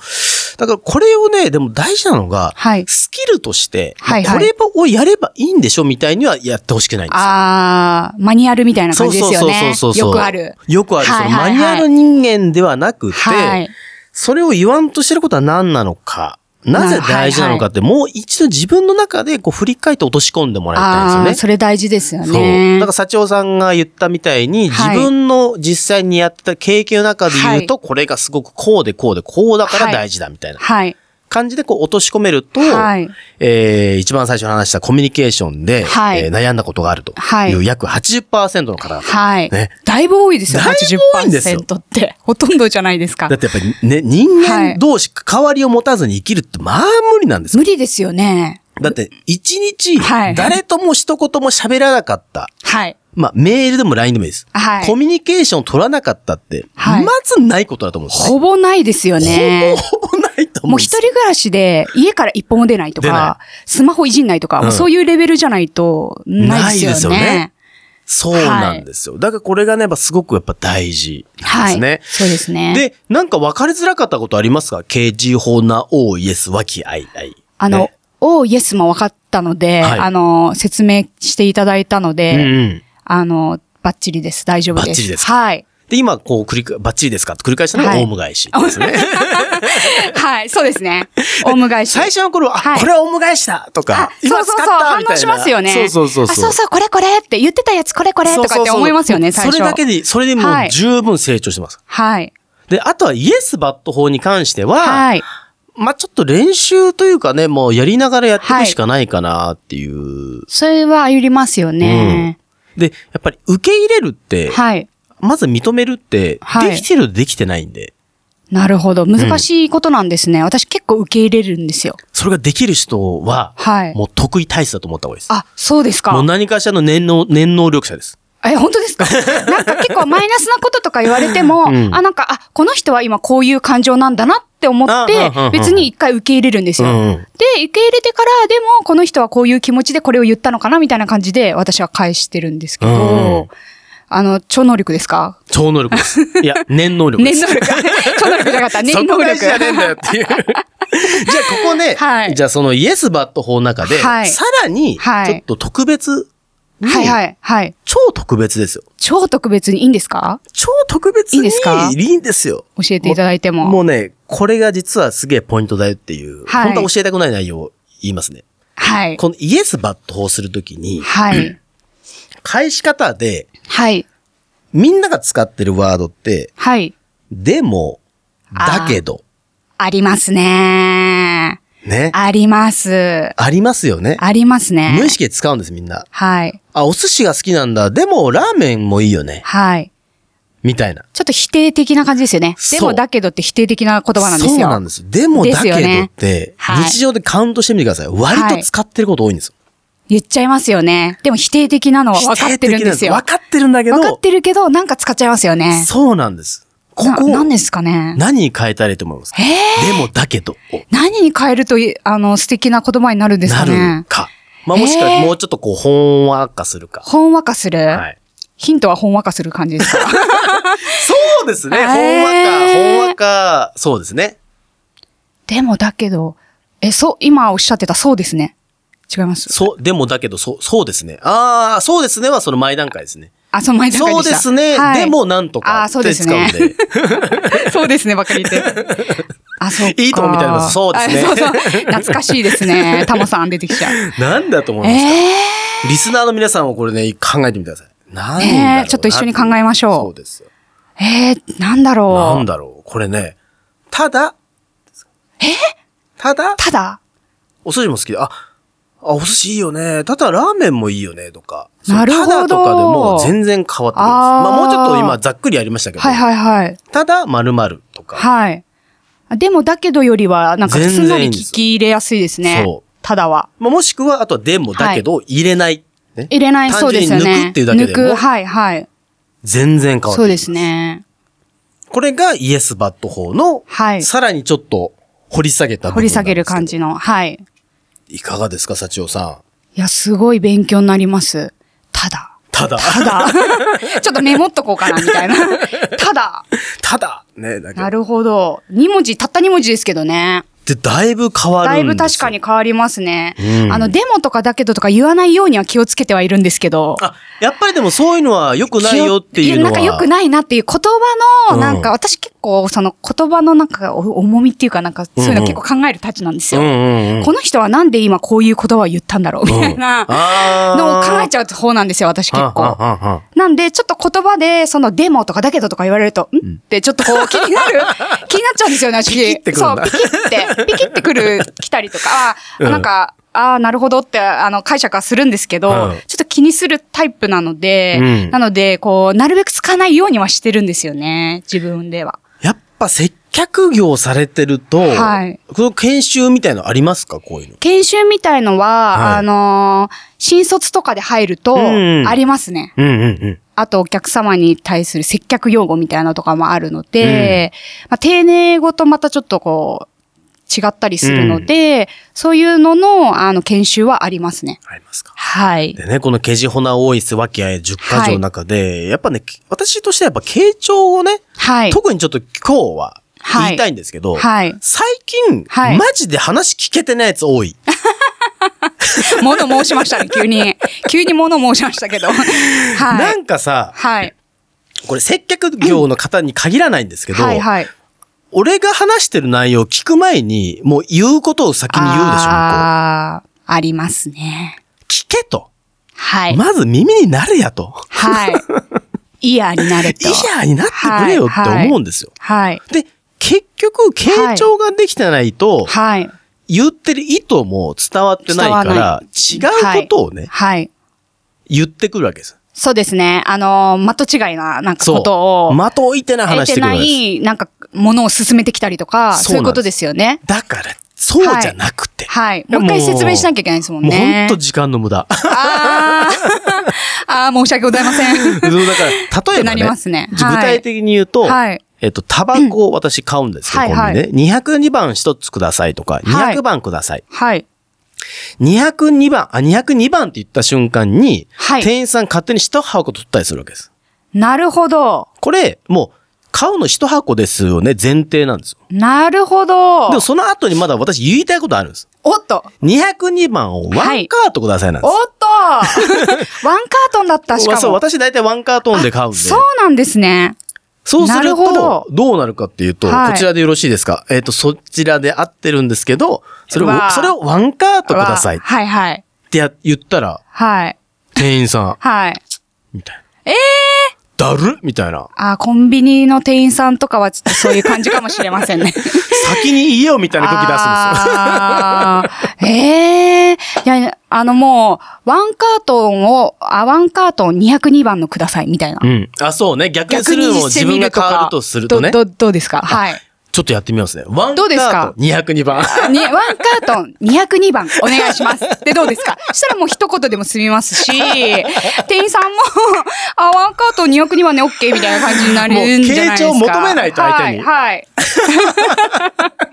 C: だからこれをね、でも大事なのが、
D: はい
C: スキルとして、
D: はい
C: まあこれをやればいいんでしょみたいにはやってほしくないんですよ。
D: あー、マニュアルみたいな
C: そ
D: 感
C: う
D: じで
C: そう
D: すよ
C: そう
D: ね
C: そうそう。。
D: よくある。
C: よくある。その
D: はいはいはい
C: マニュアル人間ではなくて、
D: はい。
C: それを言わんとしてることは何なのか、なぜ大事なのかって、もう一度自分の中でこう振り返って落とし込んでもらいたいんですよ
D: あ
C: ね
D: ー、。それ大事ですよ
C: そう。だ
D: ね。
C: から、社長さんが言ったみたいに、自
D: はい
C: 分の実際にやってた経験の中で言うと、これがすごくこうでこうでこうだから大事だみたいな
D: はい。
C: 感じでこう落とし込めると、
D: はい
C: えー一番最初に話したコミュニケーションで、
D: はい
C: えー悩んだことがあると
D: はいいう
C: 約80%の方々。
D: はい、
C: ね
D: だいぶ多いですよ、
C: だいぶ多いんですよ
D: 80%って。ほとんどじゃないですか
C: だ。ってやっぱりね、人
D: は
C: 間
D: い
C: 同士関わりを持たずに生きるってまあ無理なんですよ
D: 無理ですよね。
C: だって、一日、
D: はい
C: 誰とも一言も喋らなかった。
D: はい。
C: まあ、メールでも LINE でもいいです。
D: はい
C: コミュニケーションを取らなかったって、
D: はい
C: まずないことだと思うんですね
D: ほぼないですよね。
C: ほぼないと思うん
D: もう
C: です
D: 一
C: よ。
D: 人暮らしで家から一歩も出ないと
C: 出な
D: か、スマホいじんないとか、
C: うん
D: もうそういうレベルじゃないと、ないですよね。
C: ないですよねそうなんですよ。だからこれがね、やっぱすごくやっぱ大事なん
D: は
C: で
D: い。
C: すね。
D: そうですね。
C: で、なんか分かりづらかったことありますか ?KG 法な O、イエス、和気あいあい。
D: あの
C: ね、
D: お、イエスも分かったので、
C: はい
D: あの、説明していただいたので、
C: うんうん。
D: あの、バッチリです。大丈夫です。
C: バッチリですか
D: はい。
C: で、今、こう、繰り返、バッチリですかって繰り返したのが
D: はい
C: オウム返し ですね。
D: はい、そうですね。オウム返し。
C: 最初の頃は、あ、
D: はい
C: これはオウム返しだと
D: あ
C: か、、
D: そ
C: 今
D: う
C: 使
D: そう
C: っ
D: そう、
C: た
D: 反
C: みたいな。
D: 応しますよね。
C: そうそうそう。
D: あ、そうそう、これこれって言ってたやつ、これこれとかって思いますよね、
C: そう
D: 最
C: そう
D: 初。
C: そうそれだけで、それでもう十分成長してます。
D: はい。
C: で、あとはイエスバット法に関しては、
D: はい。
C: まあ、ちょっと練習というかね、もうやりながらやっていくしかないかなっていう。
D: それはありますよね。
C: で、やっぱり受け入れるって、
D: はい。
C: まず認めるって、
D: はい
C: できてるできてないんで、
D: なるほど。難しいことなんですね。私結構受け入れるんですよ。
C: それができる人は、
D: はい
C: もう得意体質だと思った方がいいです。
D: あ、そうです
C: も
D: か
C: う。何かしらの念能、念能力者です。
D: え、本当です かなんか結構マイナスなこととか言われても、
C: ん
D: あ、なんか、あ、この人は今こういう感情なんだなって思っ
C: あ
D: て
C: うんうんうん、
D: 別に一回受け入れるんですよ。
C: うんうん
D: で、受け入れてから、でも、この人はこういう気持ちでこれを言ったのかなみたいな感じで私は返してるんですけど、
C: うんうん
D: あの、超能力ですか
C: 超能力です。いや、念能力で す。
D: 念能力。 超能力じゃなかった。念
C: そこ
D: 能
C: 大事
D: 力。
C: じゃねえんだよっていう。 じゃあ、ここね、
D: はい
C: じゃあそのイエスバット法の中で、
D: はい
C: さらに、ち
D: はい
C: ょっと特別に、
D: はいはい、はい。
C: 超特別ですよ。
D: 超特別にいいんですか
C: 超特別に
D: いいんですか
C: いいんですよ。
D: 教えていただいても。
C: もうね、これが実はすげえポイントだよっていう、
D: はい
C: 本当は教えたくない内容を言いますね。
D: はい。
C: このイエスバットをするときに、
D: はい。
C: 返し方で、
D: はい。
C: みんなが使ってるワードって、
D: はい。
C: でも、
D: あー
C: だけど、
D: ありますね。
C: ね。あ
D: あります。
C: りますよね。
D: ありますね。
C: 無意識で使うんです、みんな。
D: はい。
C: あ、お寿司が好きなんだ。でも、ラーメンもいいよね。
D: はい。
C: みたいな。
D: ちょっと否定的な感じですよね。
C: そう
D: でも、だけどって否定的な言葉なんですよ。
C: そうなんです。でも、
D: で
C: だ
D: す
C: けど
D: よね
C: って、
D: はい
C: 日常でカウントしてみてください。割と使ってること多いんですよ。
D: 言っちゃいますよね。でも否定的なのは分かってるんです
C: 否定的
D: よ。
C: なん分かってるんだけど、
D: 分かってるけど、なんか使っちゃいますよね。
C: そうなんです。こ
D: な
C: こ、
D: 何ですかね。
C: 何に変えたらいいと思いますか、でもだけど、
D: 何に変えるとい、あの、素敵な言葉になるんです
C: な
D: か
C: る
D: ね。
C: か。まあ、もしくは
D: えー
C: もうちょっとこう、ほんわかするか。
D: ほんわかする、
C: はい。
D: ヒントはほんわかする感じです か
C: そうですね。
D: え
C: ほ
D: ー
C: んわか、ほんわか、そうですね。
D: でもだけど、え、そう、今おっしゃってたそうですね。違います
C: そう、でもだけど、そう、そうですね。ああ、そうですねはその前段階ですね。
D: あ、その前段
C: そ
D: 階
C: う
D: で
C: で
D: した
C: すね。
D: はい
C: でもなんとか
D: あーそう
C: って
D: で
C: 使
D: す
C: うん
D: ね
C: で。
D: そうですね、ばっかり言って。あ、そうか。
C: いいとこみたいなそうですね
D: あそうそう懐かしいですね。タモさん出てきち ゃう。
C: なんだと思い
D: え
C: ますか、
D: え
C: リスナーの皆さんもこれね、考えてみてください。何だろうな
D: えーちょっと一緒に考えましょう
C: そうですよ。
D: ー、えー、なんだろう。
C: なんだろうこれね、ただ、えただ、
D: ただ、
C: お寿司も好きで、あ、あ、お寿司いいよね。ただラーメンもいいよね、とか。そう
D: なるほど
C: ただとかでも全然変わってくるんです。
D: あー
C: まあもうちょっと今ざっくりやりましたけど、
D: はいはいはい。
C: ただ〇〇とか。
D: はい。でも、だけどよりは、なんか、すんなり聞き入れやすいです
C: 全然いいん
D: ね
C: ですよそ。
D: ただは。
C: まあ、もしくは、あとはでもだけど、入れない。ね、
D: 入れないそうですよ
C: 単
D: ね。
C: 純に抜くっていうだけでも
D: 抜く、はいはい。
C: 全然変わってくる
D: そうです。ね。
C: これがイエスバット法の、
D: はい
C: さらにちょっと掘り下げた部分
D: 掘り下げる感
C: じ。
D: じの。はい。
C: いかがですか、幸男さん。
D: いや、すごい勉強になります。ただ。
C: ただ、
D: ただ。ちょっとメモっとこうかな、みたいな。ただ。
C: ただ、ね、だけ
D: な
C: ど。
D: るほど。2文字、たった2文字ですけどね。
C: で、だいぶ変わるんです
D: だいぶ
C: よ
D: 確かに。変わりますね。
C: うん
D: あの、デモとかだけどとか言わないようには気をつけてはいるんですけど。
C: あ、やっぱりでもそういうのは良くないよっていうのは。
D: やなんか良くないなっていう言葉
C: うん
D: の、なんか、私結構その言葉のなんかお重みっていうかなんかそういうの結構考えるたちなんです
C: う
D: よ。
C: んうんうん。
D: この人はなんで今こういう言葉を言ったんだろうみたいなのを考えち
C: ゃ
D: ゃう方なんですよ、私結構。
C: 構。
D: なんで、ちょっと言葉で、その、デモとかだけどとか言われると、んって、ちょっとこう、気にな る、気になっちゃうんですよね、私。
C: ピキってくるんだ
D: そう、ピキって、ピキってくる、来たりとか、あー、
C: うん
D: なんか、ああ、なるほどって、あの、解釈はするんですけど、
C: うん
D: ちょっと気にするタイプなので、
C: うん
D: なので、こう、なるべく使わないようにはしてるんですよね、自分では。
C: やっぱ接客業されてると、
D: はい
C: この研修みたいのありますかこういうの。
D: 研修みたいのは、
C: はい
D: あのー新卒とかで入ると、
C: うん
D: ありますね。
C: うんうんうん。
D: あとお客様に対する接客用語みたいなのとかもあるので、まあ、丁寧語とまたちょっとこう、違ったりするので、そういうのの、あの、研修はありますね。
C: ありますか。
D: はい。
C: でね、このケジホナ多いすわきあえ10か条の中で、やっぱね、私としてはやっぱ傾聴をね、
D: はい。
C: 特にちょっと今日は
D: はい
C: 言いたいんですけど、
D: はい。
C: 最近、
D: はい
C: マジで話聞けてないやつ多い。
D: 物申しましたね、急に。 急に物申しましたけど。は。
C: ないんかさ、
D: はい。
C: これ接客業の方に限らないんですけど、
D: はい。はい。
C: 俺が話してる内容を聞く前に、もう言うことを先に言うでしょ、向こ
D: あーありますね。
C: う聞けと。
D: はい。
C: まず耳になれやと。
D: はい。イヤーになれ
C: イ
D: と。
C: ヤーになってくれよって思うんですよ。
D: はい。
C: で、結局、傾聴ができてないと、
D: はい。
C: 言ってる意図も伝わってないか
D: 伝
C: ら
D: わ、
C: 違うことをね、
D: はい。
C: 言ってくるわけです。
D: そうですね。あのー、的違いな、なんか
C: そ
D: こ
C: う。
D: とを、
C: 的を置いてない
D: 得
C: 話しててくるわ
D: な
C: けです。
D: い、なんか、ものを進めてきたりとか、
C: そ
D: そうう
C: ないんです
D: うことですよね。
C: だから、そうじゃなくて。
D: はい。もう一回説明しなきゃいけないですもん
C: もうほん
D: ね。
C: と時間の無駄。
D: ああ、ああ、申し訳ございません。
C: そうだから、例えば、ね、
D: ってなりますね
C: じゃ
D: はい
C: 具体的に言うと、
D: はい
C: えっと、タバコを私買うんですけど、
D: はいはい
C: コンビニね。202番一つくださいとか、
D: はい
C: 200番ください。
D: はい。
C: 202番、あ、202番って言った瞬間に、
D: はい
C: 店員さん勝手に一箱取ったりするわけです。
D: なるほど。
C: これ、もう、買うの一箱ですよね、前提なんですよ。
D: なるほど。
C: でもその後にまだ私言いたいことあるんです。
D: おっと。
C: 202番をワンカートくださいなんです。
D: おっ とワンカートンだった、しかも。
C: そう、私大体ワンカートンで買うんで。
D: そうなんですね。
C: そうす
D: な
C: る
D: るほ
C: と
D: ど、
C: どうなるかっていうと、
D: はい
C: こちらでよろしいですかえっ、と、そちらで合ってるんですけど、それ
D: う
C: を、
D: わ
C: それをワンカートくださいっ
D: わはいはい。
C: てや言ったら、
D: はい。
C: 店員さん、
D: はい。
C: みたいな。ええだるっみたいな。
D: あーコンビニの店員さんとかはちょっとそういう感じかもしれません ね。
C: 先に言えよみたいな空気出すんですよ。
D: あーええいやいや、あのもう、ワンカートンを、あ、ワンカートン202番のください、みたいな。
C: うん。あ、そうね。逆にするのを自分が変わるとするとね。
D: ど、どどうですかはい。
C: ちちょっとやってみますね。ワンカ
D: どうです
C: ー
D: か
C: ト202番。
D: にワンカートン202番お願いします。で、どうですかしたらもう一言でも済みますし、店員さんも、あ、ワンカートン202番ね、OK みたいな感じになるんじゃないですか。
C: もう傾聴を求めないと相手に
D: はい、はい。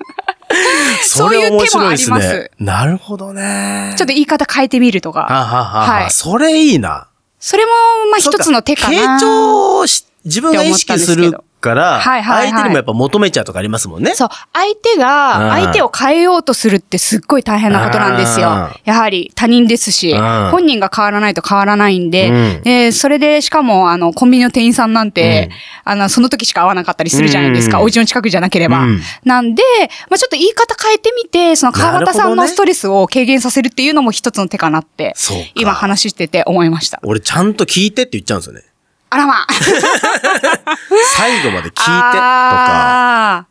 C: それ面白いです
D: そういう手もあ
C: ね
D: り。
C: なるほどね。
D: ちょっと言い方変えてみると
C: は
D: か。
C: ははは
D: はい
C: それいいな。
D: それも、まあ一つの手かな。
C: 傾聴をし、自分が意識するから、
D: って思ったんですけどはいはいはい
C: 相手にもやっぱ求めちゃうとかありますもんね。
D: そう。相手が、
C: うん
D: 相手を変えようとするってすっごい大変なことなんですよ
C: うん。
D: やはり他人ですし、
C: うん
D: 本人が変わらないと変わらないんで、
C: うん
D: でそれでしかも、あの、コンビニの店員さんなんて、あの、その時しか会わなかったりするじゃないですか。
C: うん
D: お家の近くじゃなければ。
C: うん
D: なんで、まあちょっと言い方変えてみて、その川端さんのストレスを軽減させるっていうのも一つの手かなって
C: そうか、
D: 今話してて思いました。
C: 俺ちゃんと聞いてって言っちゃうんですよね。
D: あらま聞いて
C: 最後まで聞いてとか。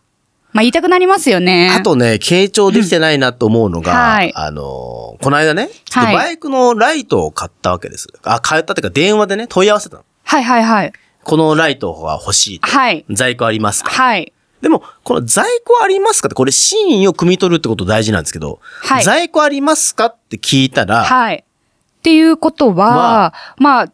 D: まあ言いたくなりますよね。
C: あとね、傾聴できてないなと思うのが、
D: うんはい
C: あのーこの間ね、ちょっと
D: はい
C: バイクのライトを買ったわけです。あ、買ったっていうか電話でね、問い合わせたの。
D: はいはいはい。
C: このライトが欲しいと。
D: はい。
C: 在庫ありますか
D: はい。
C: でも、この在庫ありますかって、これ真意を汲み取るってこと大事なんですけど、
D: はい
C: 在庫ありますかって聞いたら、
D: はい。っていうことは、まあ、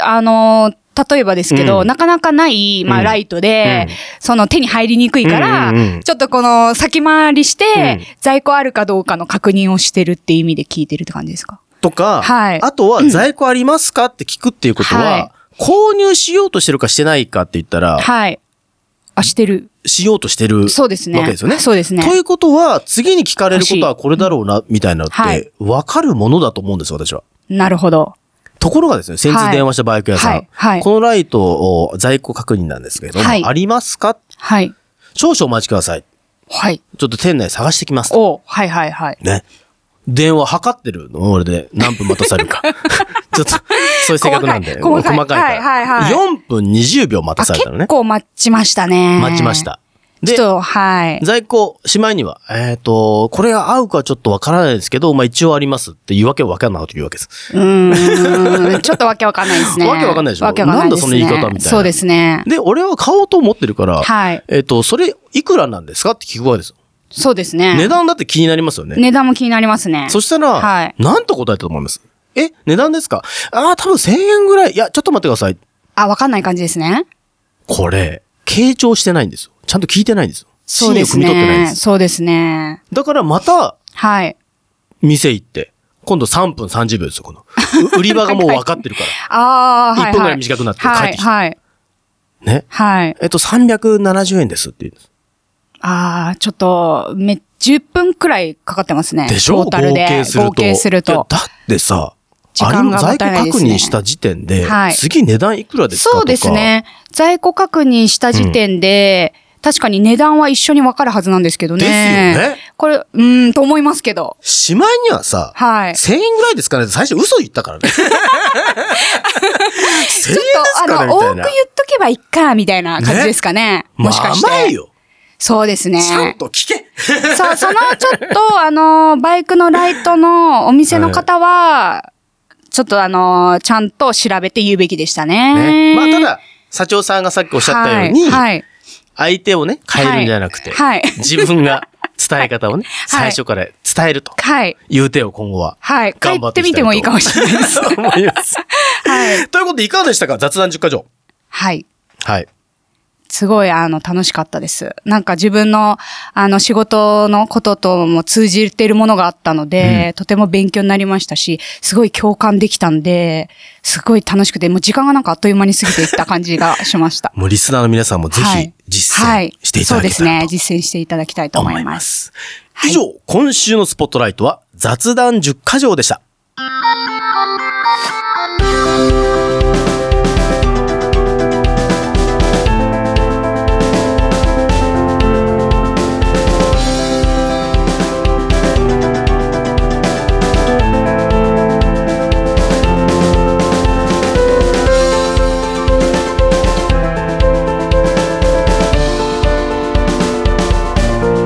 D: あのー例えばですけど、
C: うん
D: なかなかない、ま
C: う
D: あ、
C: ん
D: ライトで、
C: うん
D: その手に入りにくいから、
C: うんうんうん
D: ちょっとこの先回りして、
C: うん
D: 在庫あるかどうかの確認をしてるって意味で聞いてるって感じですか
C: とか、
D: はい
C: あとは在庫ありますかって聞くっていうことは、
D: はい
C: 購入しようとしてるかしてないかって言ったら、
D: はい。あ、してる。
C: しようとしてる
D: そうですね
C: わけですよね。
D: そうですね
C: ということは、次に聞かれることはこれだろうな、みたいなのっ
D: は
C: て
D: い、
C: わかるものだと思うんです、私は。
D: なるほど。
C: ところがですね、先日電話したバイク屋さん、
D: はいはい
C: このライトを在庫確認なんですけれども、
D: はい
C: ありますか
D: はい。
C: 少々お待ちください。
D: はい。
C: ちょっと店内探してきますと。
D: おはいはいはい。
C: ね。電話測ってるの俺で何分待たされる か。ちょっと、そういう性格なんで。
D: 細かい
C: 細かいから。
D: はいはいはい
C: 4分20秒待
D: あ
C: たされ
D: 結
C: たのね。
D: 構待ちましたね。
C: 待ちまし。た。
D: ち
C: で
D: ょっ、と、はい。
C: 在庫、しまいには、えっ、と、これが合うかちょっとわからないですけど、まあ一応ありますっていうわけわかんないこと言うわけです。
D: うーん。ちょっとわけわかんないですね。
C: わけわかんないでしょ
D: わけわかんないです
C: な
D: ね。
C: んだその言い方みたいな
D: そうですね。
C: で、俺は買おうと思ってるから、
D: はい
C: えっ、と、それいくらなんですかって聞くわけですよ。
D: そうですね。
C: 値段だって気になりますよね。
D: 値段も気になりますね。
C: そしたら、
D: はい
C: なんと答えたと思いますえ、値段ですかああ、多分1000円ぐらい。いや、ちょっと待ってください。
D: あ、わかんない感じですね。
C: これ、傾聴してないんですよ。ちゃんと聞いてないんですよ。
D: そうです
C: 真意を汲み取ってないんで
D: ね。
C: す。
D: そうですね。
C: だからまた、
D: はい。
C: 店行って、今度3分30秒ですよ、こ の。う売り場がもう分かってるか
D: ああ、はい、はい。
C: 一分ぐらい短くなって帰
D: は
C: っ
D: い、
C: てきた
D: はい。
C: ら。ね。
D: はい。
C: えっと、370円ですって言うんです。
D: ああ、ちょっと、め、10分くらいかかってますね。
C: でしょ合
D: トータルで。
C: 計すると。
D: 合計する
C: いや
D: と。
C: だってさ、
D: 時
C: あれ
D: 間
C: も
D: がも
C: 在
D: っ
C: 庫
D: たいないで
C: 確
D: すね
C: 認した時点で、
D: はい
C: 次値段いくらですかとか
D: そうです。ね。在庫確認した時点で、確かに値段は一緒にわかるはずなんですけどね。
C: ですよね。
D: これ、うーん、と思いますけど。
C: しまいにはさ、
D: はい。
C: 1000円ぐらいですかねって最初嘘言ったからね。1000円です
D: ちょっと、
C: か
D: あ
C: ね
D: の、
C: みたい
D: 多く言
C: な
D: っ。とけばいっか、みたいな感じですかね。もしかして。
C: まあ甘いよ。
D: そうですね。
C: ちゃんと聞け。
D: そう、そのちょっと、あの、バイクのライトのお店の方は、ちょっとあの、ちゃんと調べて言うべきでしたね。
C: ねまあただ、社長さんがさっきおっしゃったように、
D: はい。はい
C: 相手をね、変えるんじゃなくて、
D: はいはい
C: 自分が伝え方をね、
D: は
C: 最
D: い
C: 初から伝えると
D: はい。
C: いう手を今後は。
D: はい。帰
C: 頑張
D: っ
C: って
D: て
C: いきた
D: みて
C: いと
D: もいいかもしれな いです。
C: そう思います。
D: はい。
C: ということで、いかがでしたか雑談10か条。
D: はい。
C: はい。。
D: すごい、あの、楽しかったです。なんか自分の、あの、仕事のこととも通じているものがあったので、とても勉強になりましたし、すごい共感できたんで、すごい楽しくて、もう時間がなんかあっという間に過ぎていった感じがしました
C: もうリスナーの皆さんも ぜ
D: は
C: ひ
D: い
C: 実
D: は
C: 践していただけ
D: そう
C: たら
D: ですね。
C: と
D: 実践していただきたいと思
C: 思い
D: いま。
C: ますす。以上、今週のスポットライトは雑談10か条でした。
A: 「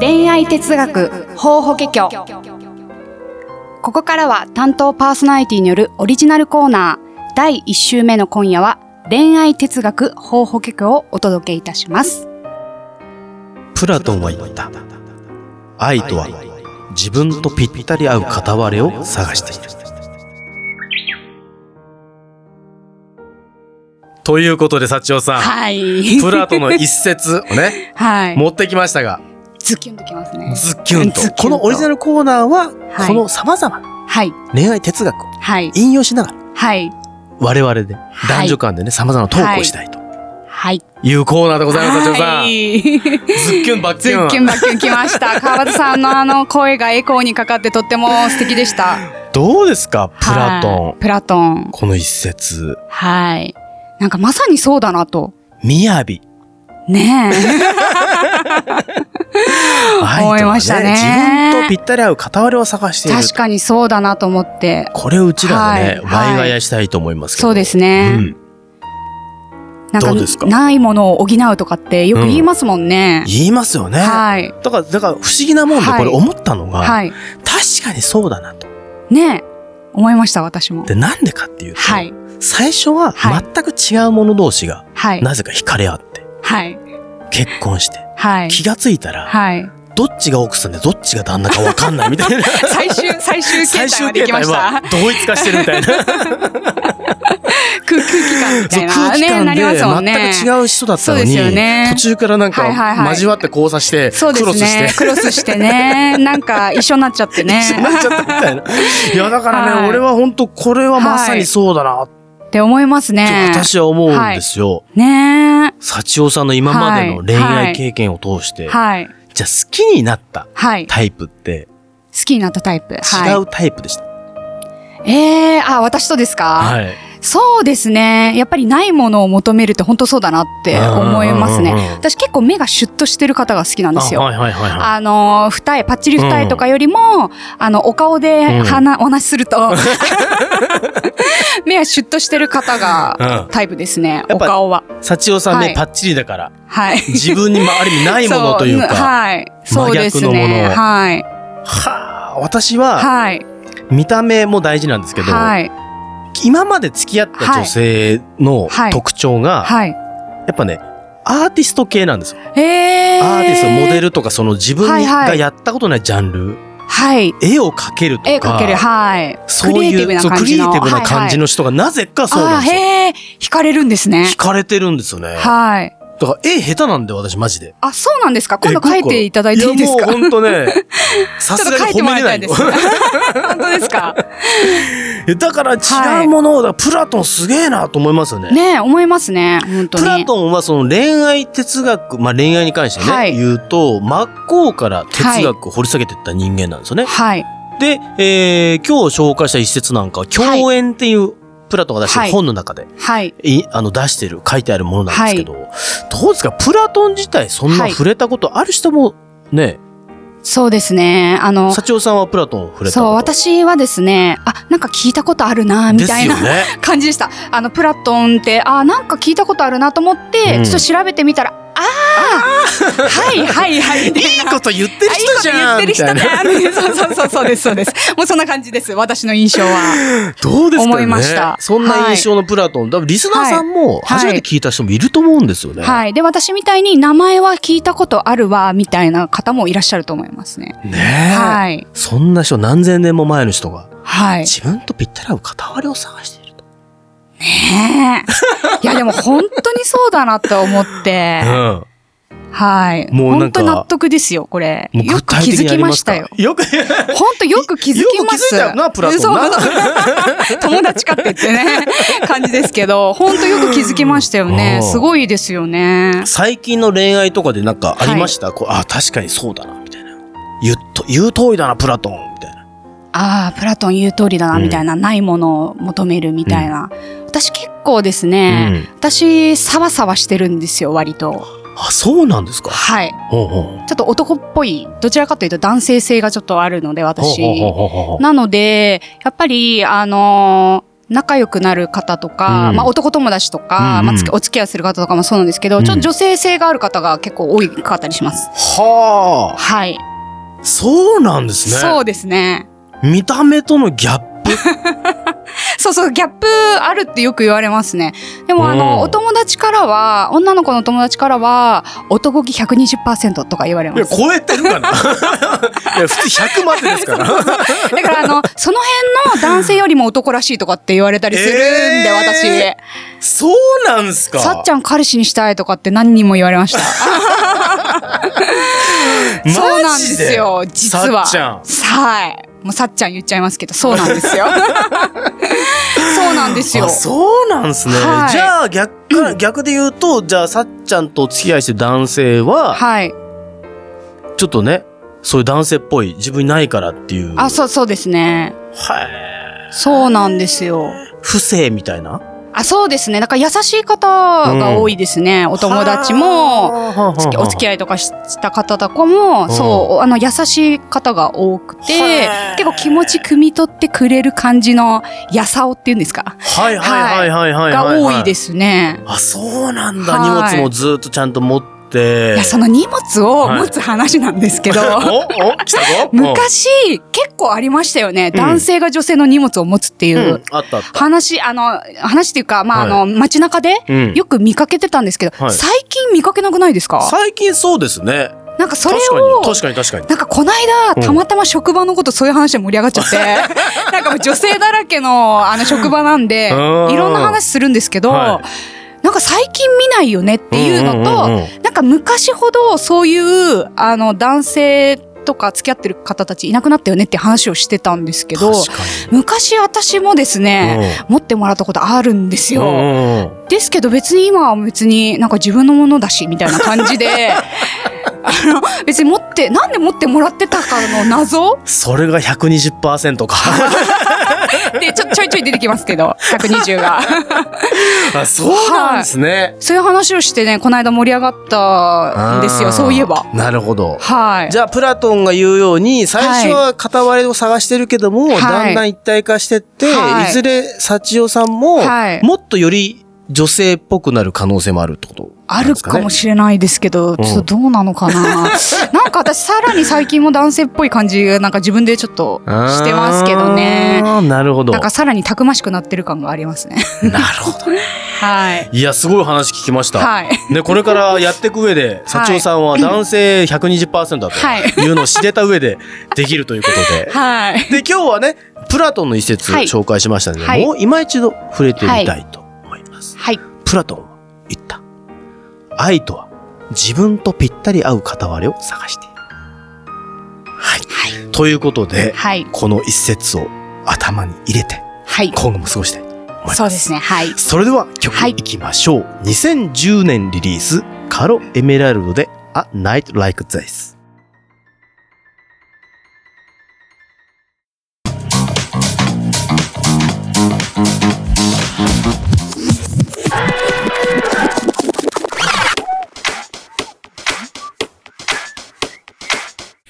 D: 恋愛哲学法法華経ここからは担当パーソナリティによるオリジナルコーナー第1週目の今夜は恋愛哲学法法華経をお届けいたします
C: プラトンは言った愛とは自分とぴったり合う片割れを探しているということで幸男さん、
D: はい
C: プラトの一節をね
D: はい
C: 持ってきましたが
D: ズキュンときますね
C: ズッキュンと
D: ズッキュンと
C: このオリジナルコーナーは、
D: はい
C: このさまざまな
D: はい
C: 恋愛哲学を
D: はい
C: 引用しながら
D: はい
C: 我々で
D: い
C: 男女間でねさまざまなトークをしたいと
D: はい
C: いうコーナーでございます幸男さ
D: は
C: ん。
D: い
C: ズッキュンバッキ
D: ズ
C: ュ
D: ッ
C: ン
D: キュンバッキュン来ました。川端さんのあの声がエコーにかかってとっても素敵でした。
C: どうですかプラトン、
D: はいプラトン。
C: この一節
D: はい。なんかまさにそうだなと。
C: 「みやび」
D: ねえ。
C: 愛とは
D: 思いましたね
C: 自分とぴったり合う片割れを探している
D: 確かにそうだなと思って。
C: これをうちらでね、
D: はい
C: ワイワイやしたいと思いますけど
D: そうです
C: う
D: ね。
C: ん、
D: なんか
C: どうですか
D: ないものを補うとかってよく言いますもんね。
C: 言いますよね、
D: はい。
C: だからだから不思議なもんで
D: はい
C: これ思ったのが、
D: はい。
C: 確かにそうだなと
D: ねえ。思いました、私も。
C: でなんでかっていうと、
D: はい。
C: 最初は
D: はい
C: 全く違う者同士が
D: はい。
C: なぜか惹かれ合って
D: はい。
C: 結婚して
D: はい。
C: 気がついたら
D: はい。
C: どっちが奥さんでどっちが旦那かわかんないみた いな
D: 最 終、最終形
C: 最
D: 態
C: 終
D: まで
C: 形
D: 行きま
C: 態
D: した
C: は。同一化してるみたいな
D: 空空気感みた
C: そう
D: い
C: 空
D: な。
C: 気
D: ね、なりますも
C: 感
D: ん
C: で
D: ね。
C: 全く違う人だったの
D: そうで
C: に、
D: すよね
C: 途中からなんか
D: はいはいはい
C: 交わって交差して
D: そうで
C: クロス
D: す
C: して
D: ね。クロスし てね。なんか一緒になっちゃってね。
C: なっちゃったみたいな。いや、だからね、
D: はい
C: 俺は本当これはまさにそうだなって
D: って思いますね。
C: 私は思うんですよ。
D: ね
C: 幸男さんの今までの恋愛経験を通して、
D: え。はい。
C: じゃあ好きになった
D: はい。好
C: タイプって
D: きになったタイプ。
C: 違
D: は
C: うタイプでした。
D: い。ええあ、私とですか、
C: はい。
D: そうですね。やっぱりないものを求めるって本当そうだなって思います
C: うんうん
D: ね
C: うんうん。
D: 私結構目がシュッとしてる方が好きなんです
C: あ
D: よ。
C: はいはいはいは
D: あのー、二重、パッチリ二重とかよりも、あの、お顔で話、お話しすると、 目がシュッとしてる方
C: う
D: が
C: ん
D: タイプですね。
C: やっ
D: お
C: ぱ
D: 顔は。
C: い。幸男さんね、
D: はい
C: パッチリだから、
D: はい。
C: 自分にまあある意味ないものという
D: そん
C: か、
D: はい。そうです
C: 真逆のもの
D: ね。はい。
C: はあ、私は
D: はい。
C: 見た目も大事なんですけど、
D: はい。
C: 今まで付き合った女性の
D: はい
C: 特徴が、
D: はい。
C: やっぱね、アーティスト系なんですよ
D: えー。
C: アーティスト、モデ。ルとか、その自分
D: はいはい
C: がやったことないジャンル、
D: はい。
C: 絵を描けるとか、
D: 絵描ける。はい。
C: そう
D: クリエイ
C: い
D: ティブ
C: う
D: な
C: そうク
D: 感
C: リエ
D: じ
C: イ
D: の。
C: ティブな感じの人がなぜかそう
D: はいは
C: なん
D: い。あー、
C: ですよ。
D: へー。惹かれるんですね
C: 惹。かれてるんですよね。
D: はい。
C: だから絵下手なんで私マジで。
D: あ、そうなんですか今度
C: え
D: 書いていただいていいです
C: や
D: か
C: もうほんと ね、さ
D: ち
C: す
D: ょっと
C: が
D: 書
C: に
D: いて
C: 褒
D: も
C: め
D: らい
C: れ
D: た
C: ないい
D: で
C: の
D: す。。 本当ですか
C: だから違うものを、だからプラトンすげえなと思いますよね。
D: ねえ思いますね。本当
C: プラ
D: に。
C: トンはその恋愛哲学、まあ恋愛に関してね、
D: はい
C: 言うと、真っ向から哲学を掘り下げていった人間なんですよね。
D: はい。
C: で、えー今日紹介した一節なんかは、共演っていうプラトンが出して
D: は
C: る
D: い
C: 本の中で、
D: はい。
C: いあの出してる、書いてあるものなんですけど、どうですかプラトン自体そんな
D: はい
C: 触れたことある人もね、
D: そうですね。あの、
C: 社長さんはプラトン触れたこと
D: そう、私はですね、あ、なんか聞いたことあるな、み
C: です
D: たい
C: よ
D: な。
C: ね。
D: 感じでした。あのプラトンってあーなんか聞いたことあるなと思って、
C: うん
D: ちょっと調べてみたらああはいはいはいみたい
C: いい
D: な。
C: こと言ってる
D: あいい
C: 人
D: こと
C: じ
D: 言
C: ゃ
D: っ
C: ん
D: てる
C: み
D: 人
C: たいな。
D: だね。そうそうそうそうですそうです。もうそんな感じです。私の印象は。
C: どうですかね
D: 思いました
C: そんな印象のプラトン、多分リスナーさんも初めて聞いた人もいると思うんですよね。
D: はい。で私みたいに名前は聞いたことあるわみたいな方もいらっしゃると思いますね。
C: ねえ、
D: はい
C: そんな人何千年も前の人が、
D: はい。
C: 自分とぴったり合う片割れを探していると。
D: ねえ。いやでも本当にそうだなと思って。
C: うん
D: はい。
C: もうなん
D: 本
C: か
D: 当に納得ですよこれ。
C: もう
D: よ
C: 具
D: く
C: 体
D: 気
C: 的
D: づ
C: にあ
D: き
C: り
D: ま
C: ます
D: し
C: から
D: たよ。
C: よく、
D: ほんとよく気づきます。
C: よく気づいたよなプラトンな
D: そうそう友達かって言ってね、感じですけど、ほんとよく気づきましたよ ね。
C: うん
D: すごいですよね。
C: 最近の恋愛とかでなんかありました、こうあ、確かにそうだな、みたいな。言うと、言う通りだな、プラトン、みたいな。
D: ああ、プラトン言う通りだな、
C: うん
D: みたいな、ないものを求めるみたいな。私結構ですね、
C: うん
D: 私、サワサワしてるんですよ、割と。
C: あ、そうなんですか。
D: はい。
C: ほうほう
D: ちょっと男っぽい、どちらかというと男性性がちょっとあるので、
C: ほう
D: 私。
C: ほうほうほうほう
D: なので、やっぱり、あのー仲良くなる方とか、
C: うん
D: まあ、男友達とか、
C: うんうん
D: まあ、つきお付き合いする方とかもそうなんですけど、ちょっと女性性がある方が結構多いかったりします。
C: は
D: はい。
C: あ。そうなんですね。
D: そうですね。
C: 見た目とのギャップ。
D: そうそう、ギャップあるってよく言われますね。でも、あ
C: うん
D: の、お友達からは、女の子の友達からは、男気120%とか言われ
C: い
D: ま
C: や、
D: す。
C: 超えてるかな いや、普通100までです から。
D: だから、あの、その辺の男性よりも男らしいとかって言われたりするんで、
C: えー
D: 私。
C: そうなんすか。
D: さっちゃん彼氏にしたいとかって何人も言われました。
C: マジ
D: そうなんですよ、実は。
C: さっちゃん。
D: はい。もうさっちゃん言っちゃいますけど、そうなんで すよ。そうなんですよ
C: あ。そうなんですね。
D: はい
C: じゃあ逆から、 逆で言うと、じゃあさっちゃんとお付き合いしてる男性は、
D: はい。
C: ちょっとね、そういう男性っぽい自分にないからっていう。
D: あ、そう、そうですね。
C: はい。
D: そうなんですよ。
C: 不正みたいな。
D: あ、そうですね。だから優しい方が多いですね。お友達も、
C: はあ、
D: つきお付き
C: 合い。
D: 合いとかしした方とかも、
C: ん
D: そう、あの、優しい方が多くて
C: は、
D: 結構気持ち汲み取ってくれる感じの、やさおっていうんですか
C: はいはいはいはいはい
D: が
C: はは
D: 多いですね。
C: あ、そうなんだ。荷
D: はい
C: 物もずっとちゃんと持って。
D: いや、その荷物を持つ話なんですけど、
C: おお来た ぞ。
D: 昔、結構ありましたよね。
C: ん
D: 男性が女性の荷物を持つっていうう。
C: ん、あったあった。
D: 話、あの、話っていうか、まあ、
C: はい
D: あの、街中で
C: うん
D: よく見かけてたんですけど、
C: はい
D: 最近見かけなくないですか
C: 最近そうですね。
D: なんかそれ
C: 確か
D: を
C: に、、確かに確かに。
D: なんかこの
C: う
D: 間、
C: ん
D: たまたま職場のことそういう話で盛り上がっちゃ って、なんかもう女性だらけの、あの、職場なんで、い
C: うん
D: ろんな話するんですけど、
C: は
D: なんか最近見ないよねっていうのと、
C: うんうんうん
D: なんか昔ほどそういう、あの、男性とか付き合ってる方たちいなくなったよねって話をしてたんですけど、
C: 確か
D: 昔私もですね、持ってもらったことあるんです
C: に。
D: よ。
C: うんうんうん
D: ですけど別に今は別になんか自分のものだしみたいな感じであの別に持ってなんで持ってもらってたかの謎
C: それが120%か。
D: でちょちょいちょい出てきますけど120が
C: あ、そうなんですね。
D: そういう話をしてねこの間盛り上がったんです
C: あ
D: よ
C: ー
D: そういえば。
C: なるほど。
D: はい
C: じゃあ、プラトンが言うように、最初は片割れを探してるけども、
D: い
C: だんだん一体化してって、
D: はい
C: い、ずれ、幸代さんも、
D: はい
C: もっとより女性っぽくなる可能性もあるってこと
D: あるかも
C: し
D: しれないですけど、ちょっとどうなのかな。 なんか私さらに最近も男性っぽい感じがなんか自分でちょっとしてますけどね。
C: なるほど。
D: なん
C: な
D: かさらにたくましくなってる感がありますね。
C: るほどね。
D: はい。
C: いや、すごい話聞きました。
D: はい。
C: ね、これからやっていく上で、幸代さんは男性120%だ
D: はい
C: というのを知れた上でできるということで。
D: はい。
C: で、今日はね、プラトンの一節
D: はい
C: 紹介しましたので、
D: はい
C: もう今一度触れてみたいと思います。
D: はい。
C: プラトンは言った。愛とは自分とぴったり合う片割れを探している。はい。ということで、
D: はい。
C: この一節を頭に入れて、
D: はい。
C: 今後も過ごしたいと思います。
D: そうですね。はい。
C: それでは曲
D: はい
C: いきましょう。2010年リリース、カロエメラルドで A Night Like This。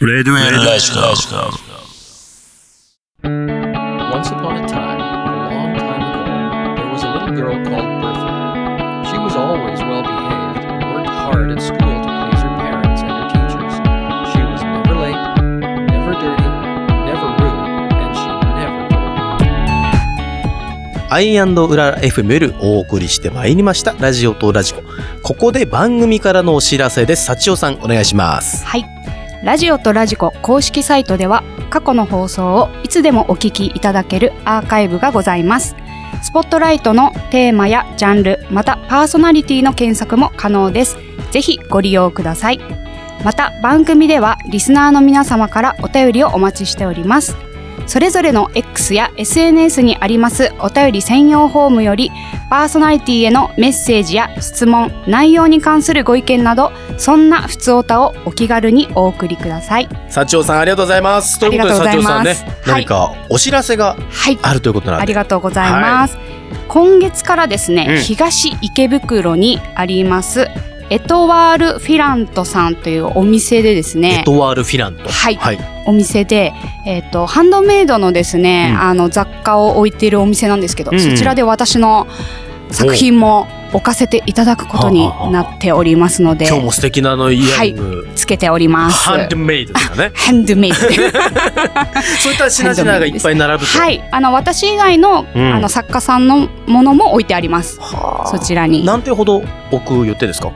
B: Red Velvet.
E: Once upon a time, a long time ago, there was a little girl called Bertha. She was always well behaved and worked hard at school to please her parents and her teachers. She was never late, never dirty, never rude, and she never told
C: アイウララ FM よりお送りしてまいりました。ラジオとラジコ。ここで番組からのお知らせです。幸代さん、お願いします。
D: はい。ラジオとラジコ公式サイトでは過去の放送をいつでもお聞きいただけるアーカイブがございます。スポットライトのテーマやジャンル、またパーソナリティの検索も可能です。ぜひご利用ください。また番組ではリスナーの皆様からお便りをお待ちしております。それぞれの X や SNS にありますお便り専用フォームよりパーソナリティへのメッセージや質問、内容に関するご意見などそんなふつおたをお気軽にお送りください。
C: 幸代さん、ありがとうございます。ということで、
D: あ
C: 幸代さん
D: りがとうございま
C: ね
D: す、は
C: 何
D: い
C: かお知らせが
D: はい。
C: あるということな
D: あ
C: ん
D: り
C: で。
D: がとうございます。今月からですね、
C: うん
D: 東池袋にありますエトワール・フィラントさんというお店でですね、
C: エトワール・フィラント。
D: はい
C: はい。
D: お店で、えっとハンドメイドのですね、
C: うん
D: あの雑貨を置いているお店なんですけど、
C: うんうん
D: そちらで私の作品も置かせていただくことになっておりますので
C: 今日も素敵なあのイヤリング。
D: つけております
C: ハンドメイドですかね。
D: ハンド メイド
C: そういった品々がいっぱい並ぶと。
D: は。いあの私以外の,、
C: うん
D: あの作家さんのものも置いてあります
C: はあ
D: そちらに
C: なんてほど置く予定ですか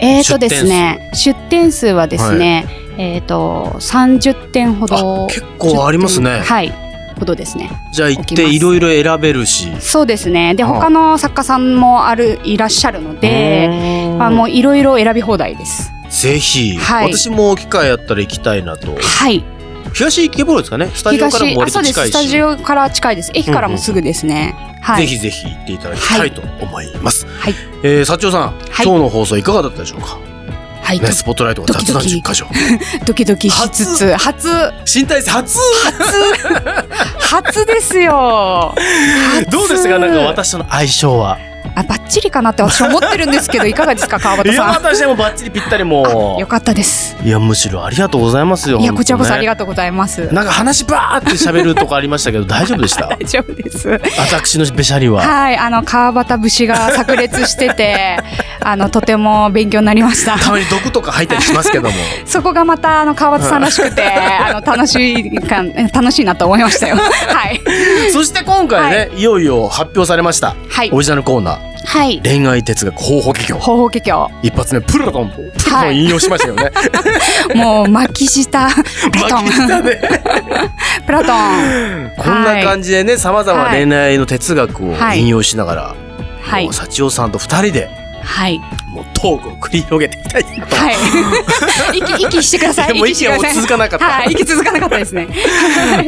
D: えっ、とですね出店数はですね、えっ、と30点ほど
C: あ結構ありますね
D: はいほどですね
C: じゃあ行っていろいろ選べるし。
D: そうですね。で、
C: ああ
D: 他の作家さんもあるいらっしゃるので、
C: うーん
D: まあもういろいろ選び放題です。
C: ぜひ、
D: はい
C: 私も機会あったら行きたいなと。
D: はい。
C: 東池袋ですかね。スタジオからも割
D: あ、そ
C: と
D: うです。
C: 近い
D: スタ
C: し。
D: ジオから近いです。駅からもすぐですね。は
C: ぜ
D: い。
C: ひぜひ行っていただきたいと思います。
D: はい
C: えー、社長さん、
D: い
C: 今日の放送いかがだったでしょうか。
D: はい。
C: ね、スポットライトが雑談10箇所。
D: ドキドキしつつ、初、
C: 新体制初。
D: 初ですよ。初
C: どうですか、なんか私との相性は。
D: あ、バッチリかなって私思ってるんで すけど、いかがですか、川
C: い
D: 端
C: や、
D: さん。
C: 私はもうバッチリぴったりも
D: よかったです。
C: う。いや、むしろありがとうございますよ。
D: いや、こちらこそあり
C: が
D: がとうございます。
C: なんか話ばーって喋るとこありましたけど、大丈夫でした
D: 大。丈夫です。
C: 私のべしゃりは。
D: はい、あの川端節が炸裂して て、あのとても勉強になりました。
C: たまに毒とか入ったりしますけども。
D: そこがまたあの川端さんらしくて、あの楽しいか楽しいなと思い ましたよ。はい、
C: そして今回ね、い、よいよ発表されました。
D: はい
C: オ、リジナルコーナー、
D: はい、
C: 恋愛哲学方法企業。
D: 方法結局
C: 一発目、プルトン。プルト
D: は
C: ン
D: い
C: 引用しましたよね。
D: もう巻き 舌 プラトン
C: 巻き、舌で
D: プラトン、
C: こんな感じでね、様々
D: はい
C: 恋愛の哲学を
D: はい
C: 引用しながら、
D: はい
C: もう、幸男さんと二人で、
D: はい、
C: もうトークを繰り広げていきたいなと。
D: はい、 息息してくださ
C: で
D: い。
C: も息がもう
D: してください
C: 続かなかった、
D: はい、息続かなかったで すね。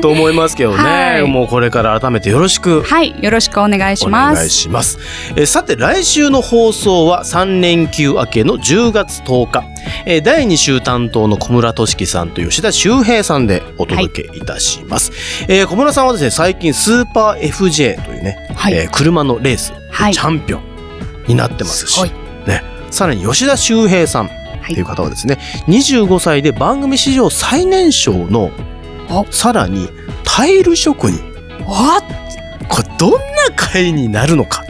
C: と思いますけどね、
D: はい
C: もうこれから改めてよろしく
D: はい、よろしくお願いし
C: お
D: ま
C: 願い
D: す。
C: します。えーさて来週の放送は3連休明けの10月10日、えー第2週担当の小村俊樹さんと吉田修平さんでお届けいたします。えー小村さんはですね最近スーパー FJ というね、
D: はい
C: えー車のレース
D: はい
C: チ、ャンピオンになってますし、
D: すごい
C: ねさらに吉田修平さんっていう方はですね、25歳で番組史上最年少の
D: お
C: さらにタイル職人
D: おっ
C: これどんな回になるのか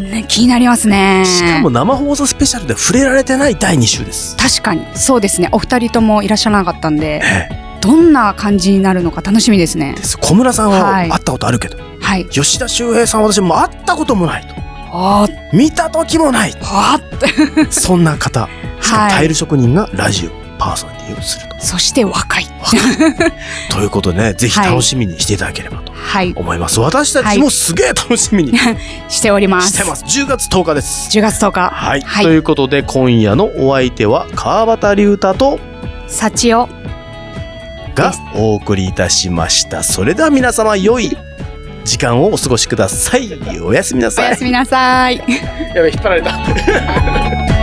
D: ね、気になりますね。
C: しかも生放送スペシャルで触れられてない第2週です。
D: 確かにそうですねお二人ともいらっしゃらなかったんで
C: え
D: どんな感じになるのか楽しみですね
C: です小村さんは
D: は
C: 会
D: い
C: ったことあるけど、
D: はい
C: 吉田修平さんは私も会ったこともないと
D: あー
C: 見た時も ない
D: あーって
C: そんな方しかも
D: はい
C: タイル職人がラジオパーソナリティをすると。
D: そして若い
C: ということでねぜひ
D: はい
C: 楽しみにしていただければと
D: はい
C: 思います。私たちもすげえ楽しみにして
D: しております
C: ます。10月10日です。
D: 10月10日
C: はい、
D: はい
C: ということで今夜のお相手は川端龍太と
D: 幸を
C: が
D: です
C: お送りいたしましたそれでは皆様良い時間をお過ごしくださいおやすみな
D: お
C: さい
D: やすみなさい
C: やべ引っ張られた